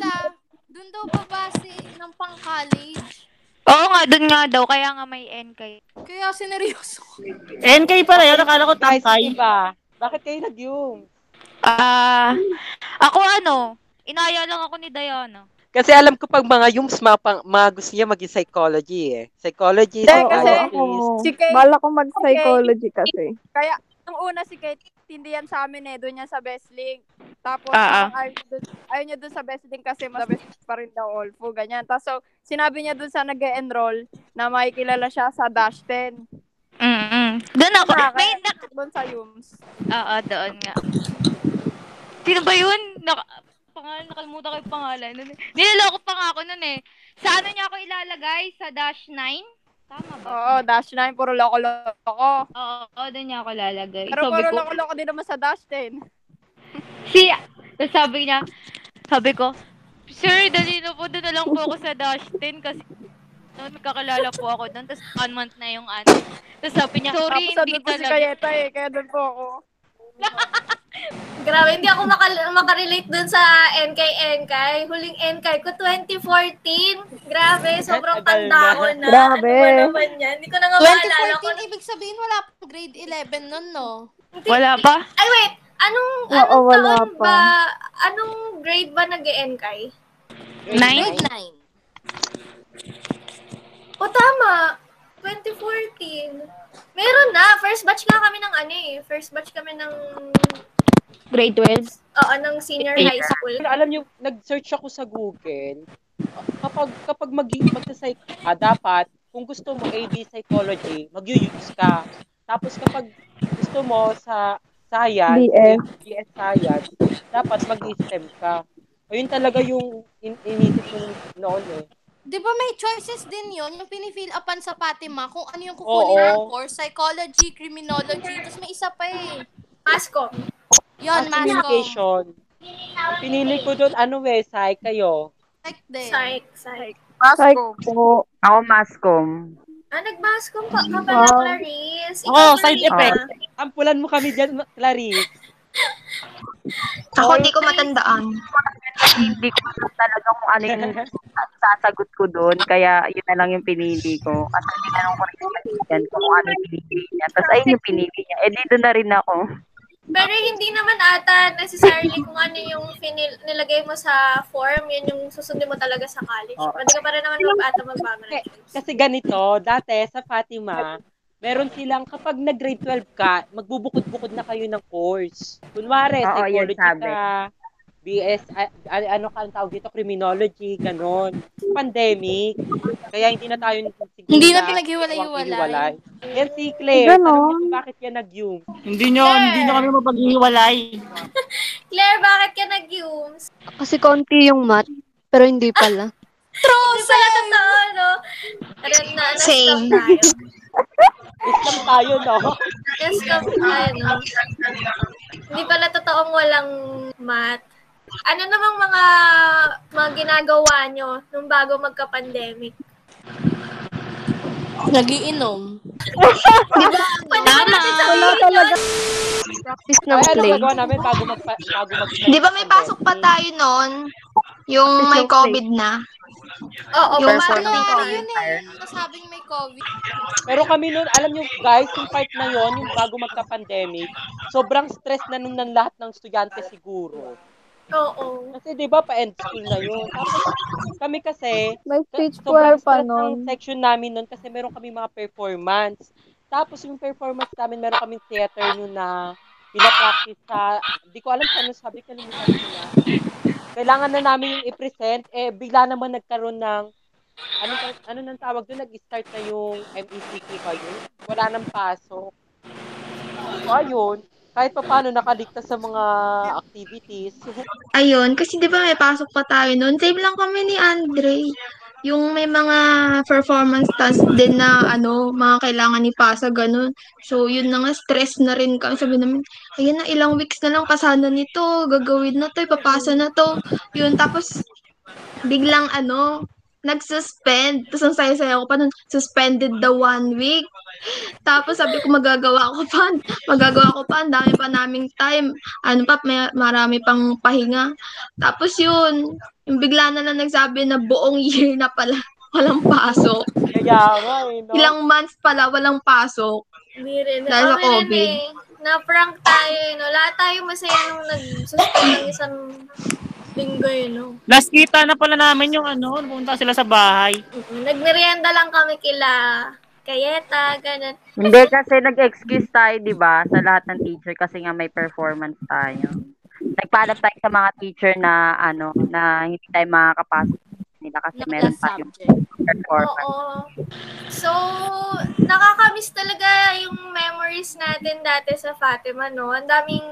[SPEAKER 3] doon daw babase ng pang-college.
[SPEAKER 4] Oo nga, dun nga daw. Kaya nga may NK.
[SPEAKER 3] Kaya sineryoso ko.
[SPEAKER 12] NK pala yun, akala ko tatay.
[SPEAKER 2] Bakit kayo nag-yung?
[SPEAKER 4] Ah, ako ano, inaya lang ako ni Diana.
[SPEAKER 2] Kasi alam ko pag mga yums, mga, pang, mga gusto niya maging psychology eh. Psychology, psychiatrist.
[SPEAKER 6] si Kate, Bala ko mag-psychology kasi.
[SPEAKER 5] Kaya, nung una si Kate, hindi yan sa amin eh. Doon yan sa Besling. Tapos,
[SPEAKER 6] Ah, ah.
[SPEAKER 5] parang ayaw, niya dun, ayaw niya dun sa Besling kasi mas best pa rin daw Olfo. Ganyan. Tapos, so, sinabi niya dun sa nag enroll na makikilala siya sa Dash 10.
[SPEAKER 4] Mm-mm. Doon ako.
[SPEAKER 5] Kaya,
[SPEAKER 4] May, Ah.
[SPEAKER 5] doon sa Yums.
[SPEAKER 4] oo,
[SPEAKER 13] Ah,
[SPEAKER 4] doon nga. Sino ba yun? Naka, pangalan, nakalimutan ko yung pangalan. Nun- eh. Niloloko pa nga ako nun eh. Sa ano niya ako ilalagay? Sa Dash 9? Tama ba?
[SPEAKER 5] Oo, Dash 9. Puro loko-loko.
[SPEAKER 4] Oo, oo, doon niya ako lalagay.
[SPEAKER 5] Pero
[SPEAKER 4] Sabi
[SPEAKER 5] puro
[SPEAKER 4] ko-
[SPEAKER 5] loko-loko din naman sa Dash 10.
[SPEAKER 4] Si, tapos sabi niya, sabi ko, Sir, dali na po, doon na lang po ako sa Dash 10 kasi noon nagkakalala po ako doon. Tapos one month na yung ano. Tapos sabi niya, sorry,
[SPEAKER 5] Sorry, Tapos,
[SPEAKER 4] hindi
[SPEAKER 5] andun po si
[SPEAKER 4] talaga.
[SPEAKER 5] Kayeta eh. Kaya doon po ako.
[SPEAKER 1] Grabe, hindi ako makal- makarelate dun sa NK-NK. Huling NK ko, 2014. Grabe, sobrang
[SPEAKER 2] Tagal
[SPEAKER 1] tanda
[SPEAKER 2] na.
[SPEAKER 1] ko na.
[SPEAKER 6] Grabe.
[SPEAKER 1] Ano ba naman yan? Hindi ko na nga maalala ko.
[SPEAKER 3] 2014, ibig sabihin wala pa grade 11 nun, no?
[SPEAKER 4] Wala pa?
[SPEAKER 1] Ay, wait. Anong,
[SPEAKER 6] Oo,
[SPEAKER 1] anong
[SPEAKER 6] wala
[SPEAKER 1] taon
[SPEAKER 6] pa.
[SPEAKER 1] ba, anong grade ba nag-NK?
[SPEAKER 4] Nine?
[SPEAKER 3] Nine.
[SPEAKER 1] O tama, 2014. Meron na. First batch nga kami ng ano eh. First batch kami ng,
[SPEAKER 4] Grade 12?
[SPEAKER 1] oo, ng senior high school.
[SPEAKER 2] Alam niyo, nag-search ako sa Google. Kapag kapag maging magsa-psych ka, dapat kung gusto mo AB psychology, mag-use ka. Tapos kapag gusto mo sa science,
[SPEAKER 6] BS.
[SPEAKER 2] BS science, dapat mag-STEM ka. Ayun talaga yung in- inisip ko noon eh.
[SPEAKER 3] Di ba may choices din yon yung pinifill upan sa Fatima kung ano yung kukunin
[SPEAKER 2] Oo.
[SPEAKER 3] ng course, psychology, criminology, tapos may isa pa eh.
[SPEAKER 1] Mascom.
[SPEAKER 3] Yon,
[SPEAKER 2] Mass
[SPEAKER 3] mascom.
[SPEAKER 2] Ah, communication. Ang Pinili ko doon, ano eh, psych kayo.
[SPEAKER 3] Psych din.
[SPEAKER 1] Psych, psych.
[SPEAKER 6] Psycho.
[SPEAKER 7] Ako, mascom.
[SPEAKER 1] Ah, nag-mascom pa ka pala,
[SPEAKER 7] Wow.
[SPEAKER 1] Clarice. Ikaw,
[SPEAKER 7] Oo, side
[SPEAKER 1] Marina.
[SPEAKER 7] effect.
[SPEAKER 2] Ampulan mo kami dyan, Clarice.
[SPEAKER 11] Ako, di ko matandaan.
[SPEAKER 7] Hindi ko alam talaga kung ano yung sasagot ko doon. Kaya yun na lang yung pinili ko. At ang tinanong ko rin yung kaibigan ko kung ano yung pinili niya. Tapos ayun yung pinili niya. Eh, dito na rin ako.
[SPEAKER 1] Pero hindi naman ata necessarily kung ano yung finil- nilagay mo sa form, yun yung susundin mo talaga sa college.
[SPEAKER 2] Oo.
[SPEAKER 1] Pwede ka pa rin naman mag ah, ata magbago ng choice.
[SPEAKER 2] Kasi ganito, dati sa Fatima, meron silang kapag nag-grade 12 ka, magbubukod-bukod na kayo ng course. Kunwari,
[SPEAKER 7] Oo, yun
[SPEAKER 2] psychology
[SPEAKER 7] sabi.
[SPEAKER 2] ka, BS, a- a- ano ka ang tawag dito, criminology, ganon. Pandemic, kaya hindi na tayo siguro
[SPEAKER 3] Hindi na
[SPEAKER 2] na
[SPEAKER 3] pinaghiwalay-hiwalay.
[SPEAKER 2] pinaghiwalay. Yan si Claire,
[SPEAKER 12] Ganon.
[SPEAKER 2] tanong niyo kung bakit yan nag-yung.
[SPEAKER 12] Hindi nyo, hindi nyo kami mapaghiwalay.
[SPEAKER 1] Claire, bakit ka nag-UMS?
[SPEAKER 8] Kasi konti yung math, pero hindi pala.
[SPEAKER 1] Hindi pala totoo, no? Pero na, na-scam
[SPEAKER 8] Same.
[SPEAKER 1] tayo.
[SPEAKER 2] Islam tayo, no?
[SPEAKER 1] Na-scam tayo, no? ano, Hindi pala totoong walang math. Ano namang mga mga ginagawa nyo nung bago magka-pandemic?
[SPEAKER 3] Nagiinom.
[SPEAKER 1] Pwede ba Ano natin sabihin yun?
[SPEAKER 8] Practice ng
[SPEAKER 2] Ay, ano
[SPEAKER 8] play.
[SPEAKER 2] gagawa namin bago magpa, bago mag
[SPEAKER 11] Di ba may pasok pa tayo noon? Yung may COVID na.
[SPEAKER 1] Oo,
[SPEAKER 11] Yung
[SPEAKER 1] bumalik
[SPEAKER 11] pasok ng
[SPEAKER 3] Ano
[SPEAKER 11] COVID.
[SPEAKER 3] yun eh, yung nasabing may COVID.
[SPEAKER 2] Pero kami noon, alam nyo guys, yung part na yon yung bago magka-pandemic, sobrang stress na nun ng lahat ng estudyante siguro.
[SPEAKER 1] Oo.
[SPEAKER 2] Kasi 'di ba pa-end school na yun. Tapos kami kasi
[SPEAKER 6] May
[SPEAKER 2] ka-
[SPEAKER 6] speech
[SPEAKER 2] sobrang
[SPEAKER 6] choir pa
[SPEAKER 2] stress
[SPEAKER 6] nun.
[SPEAKER 2] ng section namin noon kasi meron kami mga performance. Tapos yung performance namin, meron kami theater noon na pinapractice sa, di ko alam kung ano sabi, kalimutan ko na. Kailangan na Ano namin yung i-present, eh bigla naman nagkaroon ng ano ano nang tawag doon nag-start na yung E MECQ pa yun. Wala nang pasok. So, ayun, kahit pa paano nakaligtas sa mga activities.
[SPEAKER 11] Ayun, kasi di ba may pasok pa tayo noon? Same lang kami ni Andre. yung may mga performance tasks din na ano, mga kailangan ipasa, ganun. So, yun na nga, stress na rin kami. Sabi namin, ayun na, ilang weeks na lang kasana nito, gagawin na to, ipapasa na to. Yun, tapos, biglang ano, nag-suspend. Tapos ang saya-saya ko pa nun, suspended the one week. Tapos sabi ko, magagawa ko pa, magagawa ko pa, ang dami pa naming time. Ano pa, may, marami pang pahinga. Tapos yun, yung bigla na lang nagsabi na buong year na pala, walang pasok.
[SPEAKER 2] Kaya nga eh, no?
[SPEAKER 11] Ilang months pala, walang pasok.
[SPEAKER 1] Hindi rin.
[SPEAKER 11] Dahil sa
[SPEAKER 1] Kami rin
[SPEAKER 11] COVID.
[SPEAKER 1] eh. Na-prank tayo, eh, no? Lahat tayo masaya nung nag-suspend ng isang linggo, yun, no?
[SPEAKER 12] Last kita na pala namin yung ano, pumunta sila sa bahay.
[SPEAKER 1] Nagmerienda lang kami kila Kayeta, ganun.
[SPEAKER 7] Hindi kasi nag-excuse tayo, 'di ba, sa lahat ng teacher kasi nga may performance tayo. Nagpaalam tayo sa mga teacher na ano, na hindi tayo makakapasok nila kasi meron tayong performance.
[SPEAKER 1] Oo. So, nakakamiss talaga yung memories natin dati sa Fatima, no? Ang daming,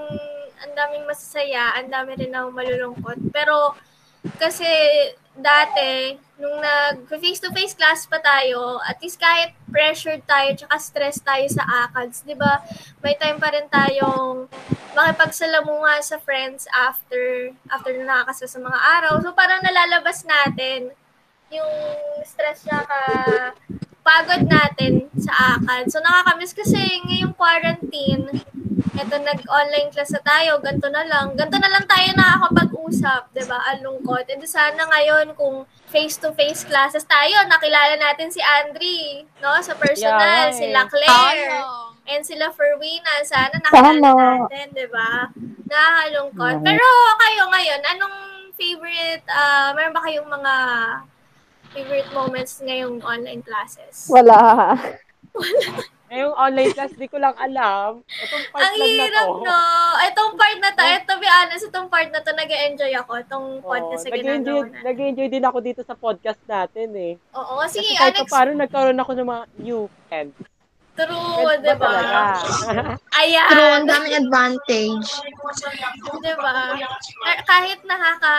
[SPEAKER 1] ang daming masasaya, ang dami rin ng malulungkot. Pero, kasi dati, nung nag face-to-face class pa tayo, at least kahit pressured tayo tsaka stress tayo sa ACADS, di ba? May time pa rin tayong makipagsalamuha sa friends after after na nakakasa sa mga araw. So parang nalalabas natin yung stress na ka pagod natin sa akin. So nakakamiss kasi ngayong quarantine, eto nag-online class na tayo, ganto na lang. Ganto na lang tayo nakakapag-usap, 'di ba? Ang lungkot. And sana ngayon kung face-to-face classes tayo, nakilala natin si Andri, no? Sa personal,
[SPEAKER 6] Yeah, eh.
[SPEAKER 1] sila Claire, and sila Ferwina. Sana nakilala
[SPEAKER 6] Tama.
[SPEAKER 1] natin, 'di ba? Nakakalungkot.
[SPEAKER 6] Yeah.
[SPEAKER 1] Pero kayo ngayon, anong favorite, ah meron ba kayong mga favorite moments ngayong online classes?
[SPEAKER 6] Wala.
[SPEAKER 2] Ngayong online class, di ko lang alam. Itong part
[SPEAKER 1] Ang
[SPEAKER 2] lang na
[SPEAKER 1] hirap,
[SPEAKER 2] to.
[SPEAKER 1] no? Itong part na to, eh, to be honest, itong part na to, nag-enjoy ako. Itong podcast na
[SPEAKER 2] Oh, Nag-enjoy,
[SPEAKER 1] ginagawa na.
[SPEAKER 2] nag-enjoy din ako dito sa podcast natin eh.
[SPEAKER 1] Oo, kasi,
[SPEAKER 2] Kasi kahit pa
[SPEAKER 1] unex-
[SPEAKER 2] paano nagkaroon ako ng mga new friends.
[SPEAKER 1] true, diba?
[SPEAKER 2] Friends ba
[SPEAKER 1] di ba?
[SPEAKER 2] talaga?
[SPEAKER 1] Ayan.
[SPEAKER 11] True, ang daming advantage.
[SPEAKER 1] Di ba? Ka- Kahit nakaka...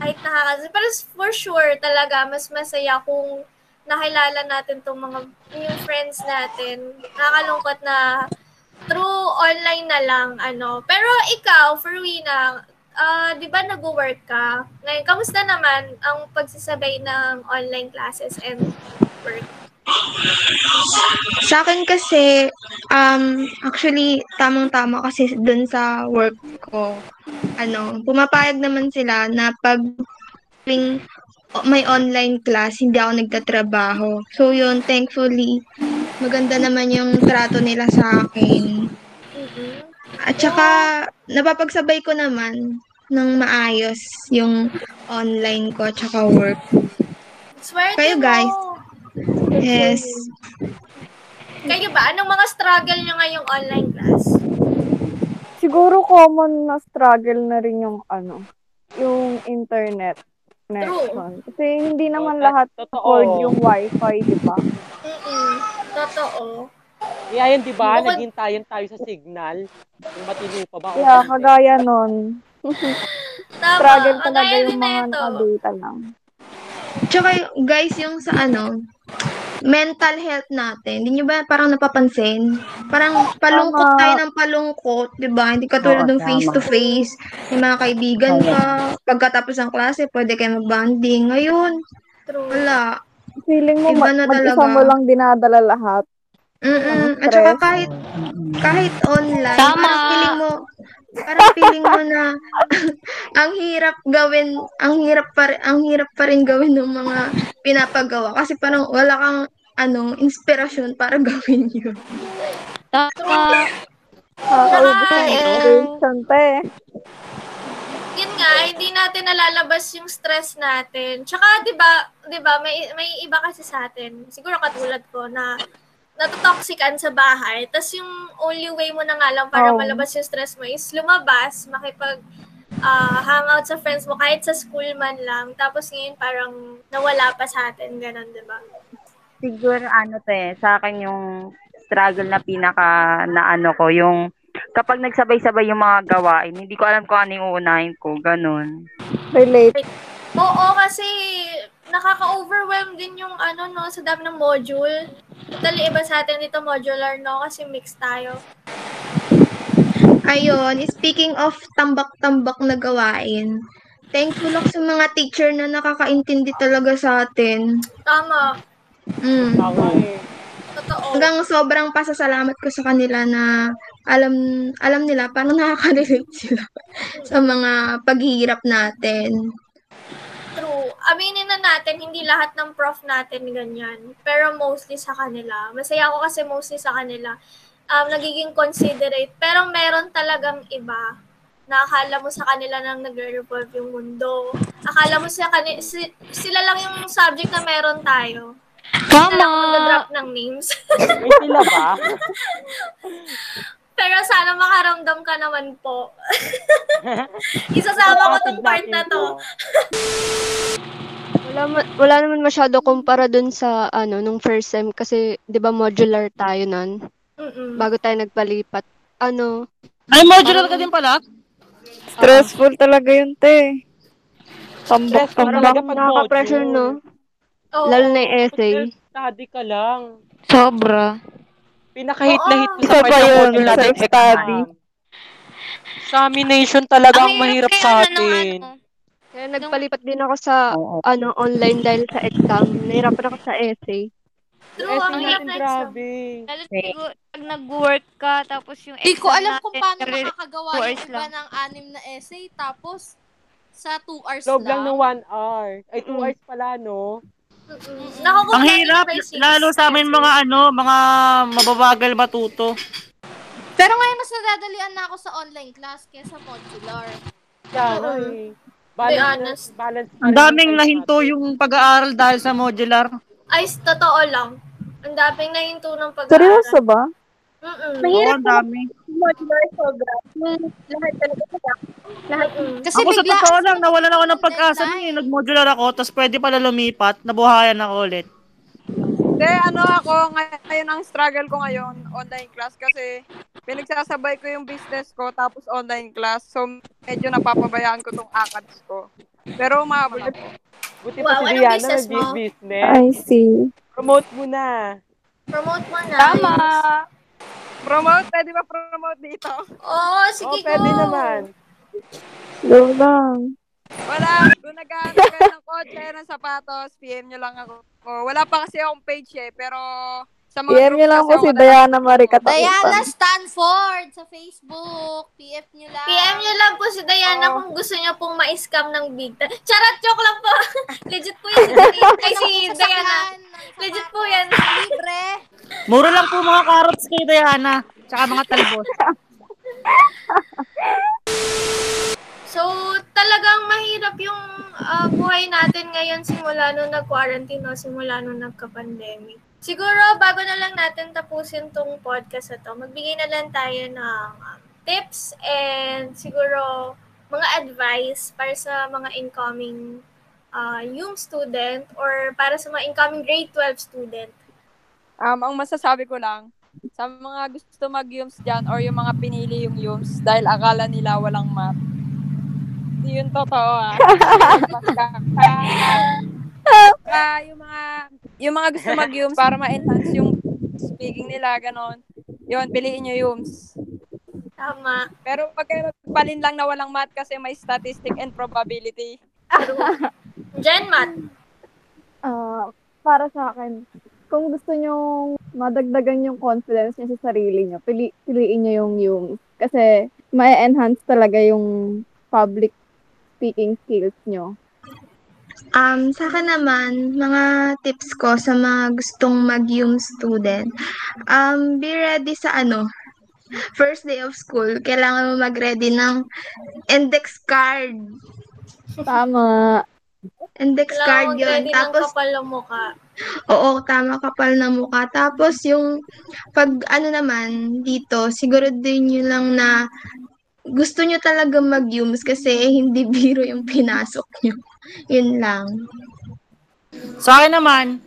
[SPEAKER 1] Kahit nakaka... Pero for sure talaga, mas masaya kung nakilala natin tong mga new friends natin. Nakakalungkot na through online na lang, ano. Pero ikaw, Ferwina, ah, di ba nag-work ka? Ngayon, kamusta naman ang pagsasabay ng online classes and work?
[SPEAKER 11] Sa akin kasi, um, actually, tamang-tama kasi dun sa work ko. Ano, pumapayag naman sila na pag tuwing o- may online class, hindi ako nagtatrabaho. So yun, thankfully, maganda naman yung trato nila sa akin.
[SPEAKER 8] Mm-hmm.
[SPEAKER 11] At saka, napapagsabay ko naman ng maayos yung online ko at saka work.
[SPEAKER 1] Swerte
[SPEAKER 11] Kayo,
[SPEAKER 1] mo.
[SPEAKER 11] guys. Yes.
[SPEAKER 1] Kayo ba? Anong mga struggle nyo ngayong online class?
[SPEAKER 6] Siguro common na struggle na rin yung ano, yung internet connection. Kasi hindi naman lahat afford yung wifi, di ba?
[SPEAKER 1] Mm-mm. Totoo.
[SPEAKER 2] Eh, ayun, di ba?
[SPEAKER 1] Bukod-
[SPEAKER 2] Naging tayan tayo sa signal. Kung matino pa ba? o
[SPEAKER 6] Kaya
[SPEAKER 2] hindi.
[SPEAKER 6] kagaya nun. struggle talaga
[SPEAKER 11] kagaya
[SPEAKER 6] yung
[SPEAKER 11] din na
[SPEAKER 6] mga
[SPEAKER 11] ito.
[SPEAKER 6] nakadata lang.
[SPEAKER 11] Tsaka guys, yung sa ano, mental health natin, hindi nyo ba parang napapansin? Parang palungkot tayo ng palungkot, di ba? Hindi katulad
[SPEAKER 7] Oo,
[SPEAKER 11] ng
[SPEAKER 7] tama.
[SPEAKER 11] face-to-face, may mga kaibigan ka, pagkatapos ng klase, pwede kayo mag-bonding. Ngayon, wala.
[SPEAKER 6] Feeling mo,
[SPEAKER 11] Iba na
[SPEAKER 6] ma- mag-isa
[SPEAKER 11] talaga.
[SPEAKER 6] mo lang dinadala lahat.
[SPEAKER 11] Mm-mm.
[SPEAKER 6] Ang
[SPEAKER 11] At saka
[SPEAKER 6] stress.
[SPEAKER 11] kahit, kahit online,
[SPEAKER 6] Tama.
[SPEAKER 11] parang feeling mo, parang feeling mo na ang hirap gawin, ang hirap pa rin, ang hirap pa rin gawin ng mga pinapagawa kasi parang wala kang ano, inspirasyon para gawin yun.
[SPEAKER 4] Tama.
[SPEAKER 6] Nakakaubos yung inspiration, te.
[SPEAKER 1] Yun nga, hindi natin nalalabas yung stress natin. Tsaka, di ba, di ba, may, may iba kasi sa atin. Siguro katulad ko na natotoxican sa bahay. Tapos yung only way mo na nga lang para
[SPEAKER 6] Oh.
[SPEAKER 1] malabas yung stress mo is lumabas, makipag ah, hangout sa friends mo, kahit sa school man lang. Tapos ngayon parang nawala pa sa atin, ganun, di ba?
[SPEAKER 7] Siguro ano to eh, sa akin yung struggle na pinaka na ano ko, yung kapag nagsabay-sabay yung mga gawain, hindi ko alam kung ano yung uunahin ko, ganun.
[SPEAKER 6] Relate.
[SPEAKER 1] Oo, kasi nakaka-overwhelm din yung ano no sa dami ng module. Totally iba sa atin dito modular no kasi mixed tayo.
[SPEAKER 11] Ayun, speaking of tambak-tambak na gawain, thankful ako sa mga teacher na nakakaintindi talaga sa atin.
[SPEAKER 1] Tama.
[SPEAKER 11] Mm.
[SPEAKER 1] Totoo.
[SPEAKER 11] Hanggang sobrang pasasalamat ko sa kanila na alam alam nila parang nakaka-relate sila sa mga paghihirap natin.
[SPEAKER 1] True. Aminin na natin, hindi lahat ng prof natin ganyan. Pero mostly sa kanila. Masaya ako kasi mostly sa kanila. Um, nagiging considerate. Pero meron talagang iba na akala mo sa kanila nang nagre-revolve yung mundo. Akala mo sa kani- si- sila lang yung subject na meron tayo. Sila lang ang nag-drop ng names.
[SPEAKER 2] May sila ba?
[SPEAKER 1] Pero sana makaramdam ka naman po. Isasama ko tong part na to.
[SPEAKER 8] Wala, ma- wala naman masyado kumpara dun sa ano nung first sem kasi 'di ba modular tayo nun
[SPEAKER 1] Mm-mm.
[SPEAKER 8] bago tayo nagpalipat. Ano?
[SPEAKER 12] Ay, modular ka din pala?
[SPEAKER 6] Stressful talaga yun, te. Tambak,
[SPEAKER 8] Stressful
[SPEAKER 6] tambak.
[SPEAKER 8] talaga pag Nakaka-pressure, no? Lalo na yung essay.
[SPEAKER 2] Study ka lang.
[SPEAKER 8] Sobra.
[SPEAKER 2] Pinakahit na hit ko
[SPEAKER 6] Isa
[SPEAKER 2] sa part
[SPEAKER 6] pa
[SPEAKER 2] ng
[SPEAKER 6] yun,
[SPEAKER 2] module natin.
[SPEAKER 6] self-study.
[SPEAKER 2] exam. Examination talaga ang mahirap sa atin.
[SPEAKER 8] Kaya nagpalipat din ako sa ano online dahil sa exam. Nahirapan ako sa essay.
[SPEAKER 1] True,
[SPEAKER 4] Essay
[SPEAKER 1] ang hirap
[SPEAKER 4] natin,
[SPEAKER 1] na
[SPEAKER 4] grabe.
[SPEAKER 2] exam.
[SPEAKER 4] Lalo na siguro, pag nag-work ka, tapos yung
[SPEAKER 3] Hindi ko alam kung
[SPEAKER 4] natin,
[SPEAKER 3] paano
[SPEAKER 4] nare-
[SPEAKER 3] makakagawa
[SPEAKER 4] two
[SPEAKER 3] yung
[SPEAKER 4] hours
[SPEAKER 3] iba
[SPEAKER 4] lang.
[SPEAKER 3] ng anim na essay, tapos sa 2 hours
[SPEAKER 2] Loob lang
[SPEAKER 3] lang.
[SPEAKER 2] ng one hour. Ay, two hours pala, no?
[SPEAKER 12] Ang hirap, lalo sa amin mga ano, mga mababagal matuto.
[SPEAKER 3] Pero ngayon, mas nadadalian na ako sa online class kesa modular.
[SPEAKER 2] Kaya, eh. Balance, balance.
[SPEAKER 12] Ang daming nahinto yung pag-aaral dahil sa modular.
[SPEAKER 1] Ay, s- totoo lang. Ang daming nahinto ng pag
[SPEAKER 6] Seryoso ba?
[SPEAKER 1] Mm-mm.
[SPEAKER 12] Mahirap Oo, ang dami.
[SPEAKER 1] Modular sobra. Lahat talaga sa Lahat.
[SPEAKER 3] Kasi
[SPEAKER 12] ako sa
[SPEAKER 3] bigla-
[SPEAKER 12] totoo lang, nawalan ako ng pag-asa nun eh. Nag-modular ako, tapos pwede pala lumipat. Nabuhayan ako ulit.
[SPEAKER 5] Hindi, ano ako, ngay- ngayon ang struggle ko ngayon, online class kasi pinagsasabay ko yung business ko tapos online class. So, medyo napapabayaan ko tong akads ko. Pero umabot ako.
[SPEAKER 2] Buti pa si Diana, nag business.
[SPEAKER 6] I see.
[SPEAKER 2] Promote mo na.
[SPEAKER 1] Promote mo na.
[SPEAKER 5] Tama! Promote? Pwede ba promote dito?
[SPEAKER 1] Oo, sige
[SPEAKER 2] oh, pwede
[SPEAKER 1] go.
[SPEAKER 2] naman.
[SPEAKER 6] Go lang.
[SPEAKER 5] Wala, kung naghahanap kayo ng kotse, ng sapatos, PM nyo lang ako. O, Wala pa kasi akong page eh, pero sa mga
[SPEAKER 6] PM
[SPEAKER 5] group
[SPEAKER 6] niyo lang
[SPEAKER 5] kasi
[SPEAKER 6] po
[SPEAKER 5] ako
[SPEAKER 6] si
[SPEAKER 5] na-
[SPEAKER 6] Diana Marie Katakutan.
[SPEAKER 3] Diana Stanford sa Facebook. PF nyo lang.
[SPEAKER 1] PM nyo lang po si Diana kung gusto nyo pong ma-scam ng big time. Charot, joke lang po. Legit po yan. Ay, si Diana. Legit po yan.
[SPEAKER 3] Libre.
[SPEAKER 12] Mura lang po mga carrots kay Diana. Tsaka mga talbos.
[SPEAKER 1] So, talagang mahirap yung ah, buhay natin ngayon simula nung nag-quarantine o simula nung nagka-pandemic. Siguro, bago na lang natin tapusin tong podcast na to, magbigay na lang tayo ng ah, tips and siguro mga advice para sa mga incoming ah, yung student or para sa mga incoming grade 12 student.
[SPEAKER 5] Um, ang masasabi ko lang, sa mga gusto mag-yums dyan or yung mga pinili yung yums dahil akala nila walang math. Hindi yun totoo ah. Ah, yung mga yung mga gusto mag-yums para ma-enhance yung speaking nila, ganon. Yun, piliin nyo yums.
[SPEAKER 1] Tama.
[SPEAKER 5] Pero pag kayo nagpalin lang na walang math kasi may statistic and probability.
[SPEAKER 1] Gen math.
[SPEAKER 6] Ah, para sa akin, kung gusto nyo madagdagan yung confidence nyo sa sarili nyo, pili, piliin nyo yung yung. Kasi, ma-enhance talaga yung public speaking skills nyo.
[SPEAKER 11] Um, sa akin naman, mga tips ko sa mga gustong mag-UM student. Um, be ready sa ano, first day of school. Kailangan mo mag-ready ng index card.
[SPEAKER 6] Tama.
[SPEAKER 11] Index
[SPEAKER 1] Kailangan
[SPEAKER 11] card
[SPEAKER 1] mong
[SPEAKER 11] yun.
[SPEAKER 1] ready ng
[SPEAKER 11] Tapos,
[SPEAKER 1] kapal ng mukha.
[SPEAKER 11] oo, tama kapal na mukha. Tapos, yung pag ano naman dito, siguro din yun lang na gusto nyo talaga mag-UMS kasi hindi biro yung pinasok nyo. Yun lang.
[SPEAKER 12] Sa akin naman,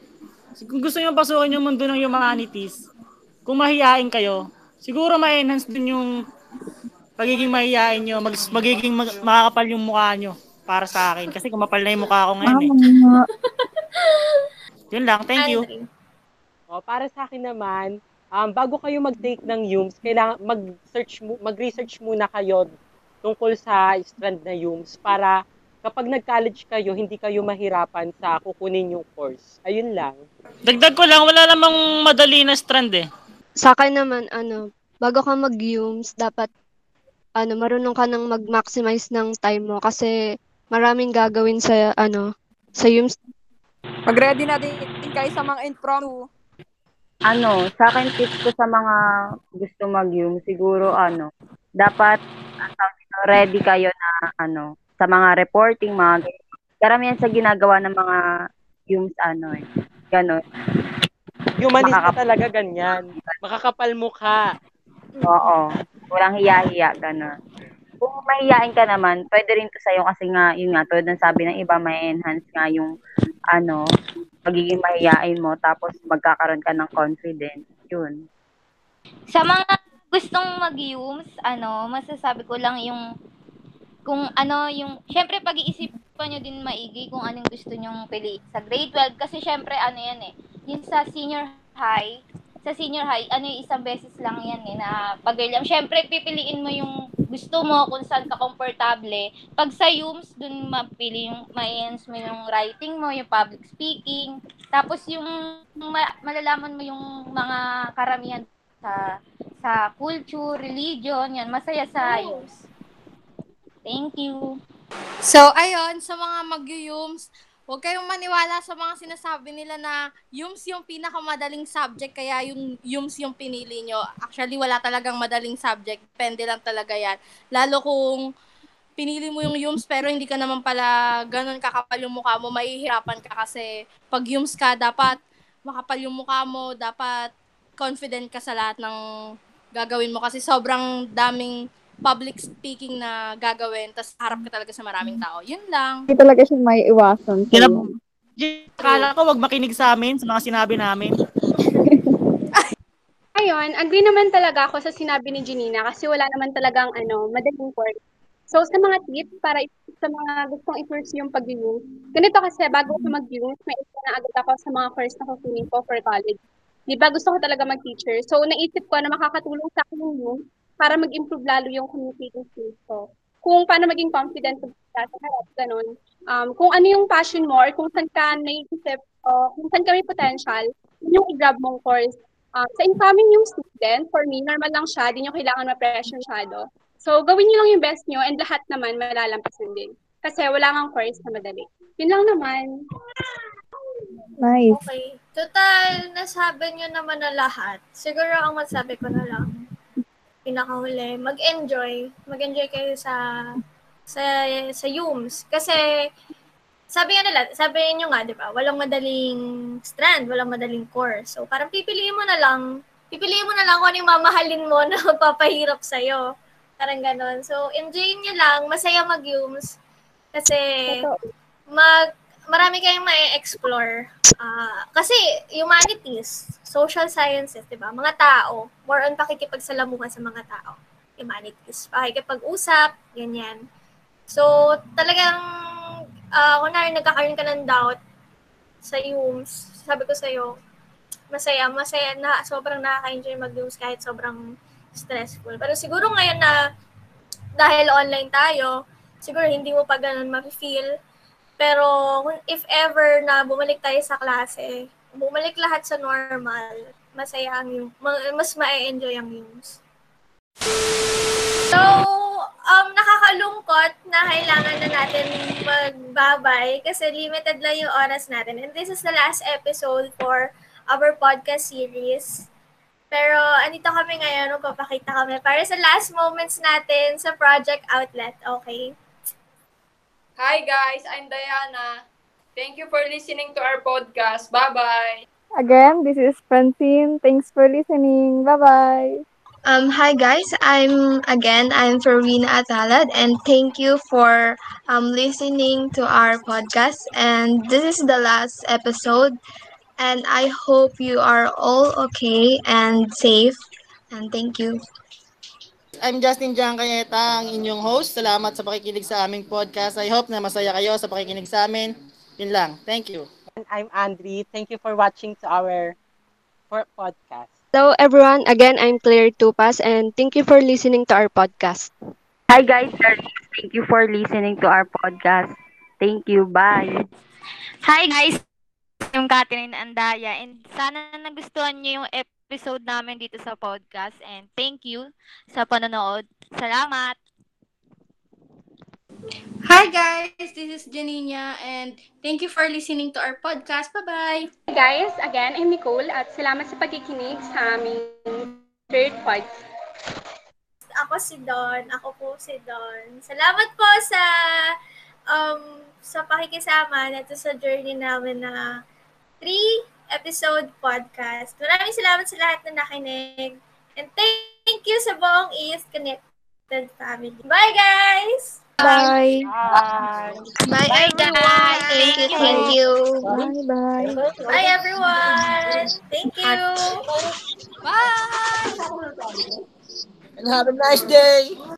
[SPEAKER 12] kung gusto nyo pasukin yung mundo ng humanities, kung mahihain kayo, siguro ma-enhance din yung pagiging mahihain nyo, mag, magiging mag, makakapal yung mukha nyo para sa akin. Kasi kumapal na yung mukha ko ngayon eh. Yun lang, thank you.
[SPEAKER 2] O, para sa akin naman, um, bago kayo mag-take ng YUMS, kailangan mag-search, mu- mag-research muna kayo tungkol sa strand na YUMS para kapag nag-college kayo, hindi kayo mahirapan sa kukunin yung course. Ayun lang.
[SPEAKER 12] Dagdag ko lang, wala namang madali na strand eh.
[SPEAKER 8] Sa akin naman, ano, bago ka mag-UMS, dapat ano, marunong ka nang mag-maximize ng time mo kasi maraming gagawin sa, ano, sa UMS.
[SPEAKER 5] Mag-ready na din kayo sa mga impromptu.
[SPEAKER 7] ano, sa akin tips ko sa mga gusto mag-yum, siguro ano, dapat ang tawag dito, ready kayo na ano, sa mga reporting, mga ganyan. Karamihan sa ginagawa ng mga yums ano eh. Ganon.
[SPEAKER 2] Humanist
[SPEAKER 7] Makakap-
[SPEAKER 2] ka talaga ganyan. Makakapal mukha.
[SPEAKER 7] Oo. Walang hiya-hiya, ganon. Kung mahihiyain ka naman, pwede rin to sa'yo kasi nga, yun nga, tulad ng sabi ng iba, may enhance nga yung, ano, pagiging mahihiyain mo, tapos magkakaroon ka ng confidence. Yun.
[SPEAKER 13] Sa mga gustong mag-UMS, ano, masasabi ko lang yung kung ano yung syempre pag-iisipan nyo din maigi kung anong gusto nyong pili sa grade 12 kasi syempre ano yan eh yung sa senior high sa senior high ano yung isang beses lang yan eh na pag syempre pipiliin mo yung gusto mo kung saan ka komportable pag sa UMS dun mapili yung ma-enhance mo yung writing mo yung public speaking tapos yung ma- malalaman mo yung mga karamihan sa sa culture religion yan masaya sa UMS Thank you.
[SPEAKER 3] So, ayun, sa mga mag-yums, huwag kayong maniwala sa mga sinasabi nila na yums yung pinakamadaling subject, kaya yung yums yung pinili nyo. Actually, wala talagang madaling subject. Depende lang talaga yan. Lalo kung pinili mo yung yums pero hindi ka naman pala ganun kakapal yung mukha mo, mahihirapan ka kasi pag yums ka, dapat makapal yung mukha mo, dapat confident ka sa lahat ng gagawin mo kasi sobrang daming public speaking na gagawin tas harap ka talaga sa maraming tao. Yun lang.
[SPEAKER 6] Hindi talaga siya may iwasan. sa
[SPEAKER 12] Kinab-
[SPEAKER 6] yun.
[SPEAKER 12] Akala ko wag makinig sa amin sa mga sinabi namin.
[SPEAKER 10] Ayun, agree naman talaga ako sa sinabi ni Janina kasi wala naman talagang ano, madaling word. So, sa mga tips para i- sa mga gustong i-pursue yung pag ganito kasi bago ako mag may isa na agad ako sa mga course na kukunin ko for college. Di ba gusto ko talaga mag-teacher? So, naisip ko na makakatulong sa akin yung yun para mag-improve lalo yung communicating skills ko. Kung paano maging confident sa bata sa harap, ganun. Um, kung ano yung passion mo or kung saan ka naiisip o kung saan ka may potential, yun yung i-grab mong course. Um, sa incoming yung student, for me, normal lang siya. Di nyo kailangan ma-pressure masyado. So, gawin nyo lang yung best nyo and lahat naman malalampasan din. Kasi wala kang course na madali. Yun lang naman.
[SPEAKER 6] Nice.
[SPEAKER 1] Okay. Total, nasabi nyo naman na lahat. Siguro ang masabi ko na lang, pinakahuli, mag-enjoy. Mag-enjoy kayo sa sa sa YUMS. Kasi, sabi nga nila, sabi nyo nga, di ba, walang madaling strand, walang madaling course. So, parang pipiliin mo na lang, pipiliin mo na lang kung ano yung mamahalin mo na magpapahirap sa'yo. Parang ganun. So, enjoy nyo lang, masaya mag-YUMS. Kasi, mag, marami kayong ma-explore. Ah, kasi humanities, social sciences, 'di ba? Mga tao, more on pakikipagsalamuha sa mga tao. Humanities, pakikipag-usap, ganyan. So, talagang uh, kunwari nagkakaroon ka ng doubt sa UMS, sabi ko sa'yo, masaya, masaya na sobrang nakaka-enjoy mag-UMS kahit sobrang stressful. Pero siguro ngayon na dahil online tayo, siguro hindi mo pa ganun ma-feel. Pero kung- if ever na bumalik tayo sa klase, bumalik lahat sa normal, masaya ang yung, ma- mas ma-enjoy ang news. So, um, nakakalungkot na kailangan na natin magbabay kasi limited lang yung oras natin. And this is the last episode for our podcast series. Pero andito kami ngayon, magpapakita kami para sa last moments natin sa Project Outlet, okay?
[SPEAKER 14] Hi guys, I'm Diana. Thank you for listening to our podcast. Bye-bye.
[SPEAKER 6] Again, this is Francine. Thanks for listening. Bye-bye.
[SPEAKER 11] Um, hi guys, I'm again, I'm Farina Atalad, and thank you for um, listening to our podcast. And this is the last episode, and I hope you are all okay and safe. And thank you.
[SPEAKER 12] I'm Justin Jan Caneta, ang inyong host. Salamat sa pakikinig sa aming podcast. I hope na masaya kayo sa pakikinig sa amin. Yun lang. Thank you.
[SPEAKER 2] And I'm Andri. Thank you for watching to our for podcast.
[SPEAKER 8] Hello, everyone. Again, I'm Claire Tupas, and thank you for listening to our podcast.
[SPEAKER 7] Hi guys, thank you for listening to our podcast. Thank you. Bye.
[SPEAKER 4] Hi guys! Yung Catherine Andaya and sana nagustuhan niyo yung episode namin dito sa podcast and thank you sa panonood. Salamat!
[SPEAKER 3] Hi guys, this is Janina and thank you for listening to our podcast. Bye-bye!
[SPEAKER 10] Hi guys, again, I'm Nicole at salamat sa pagkikinig sa aming third podcast.
[SPEAKER 1] Ako si Don. Ako po si Don. Salamat po sa um, sa pakikisama nato sa journey namin na three episode podcast. Maraming salamat sa lahat na nakinig. And thank you sa buong East Connected family. Bye, guys!
[SPEAKER 11] Bye.
[SPEAKER 2] Bye.
[SPEAKER 11] Bye, everyone. Thank you. Thank you. Bye, bye.
[SPEAKER 1] Bye, everyone! Thank you! Bye!
[SPEAKER 12] And have a nice day!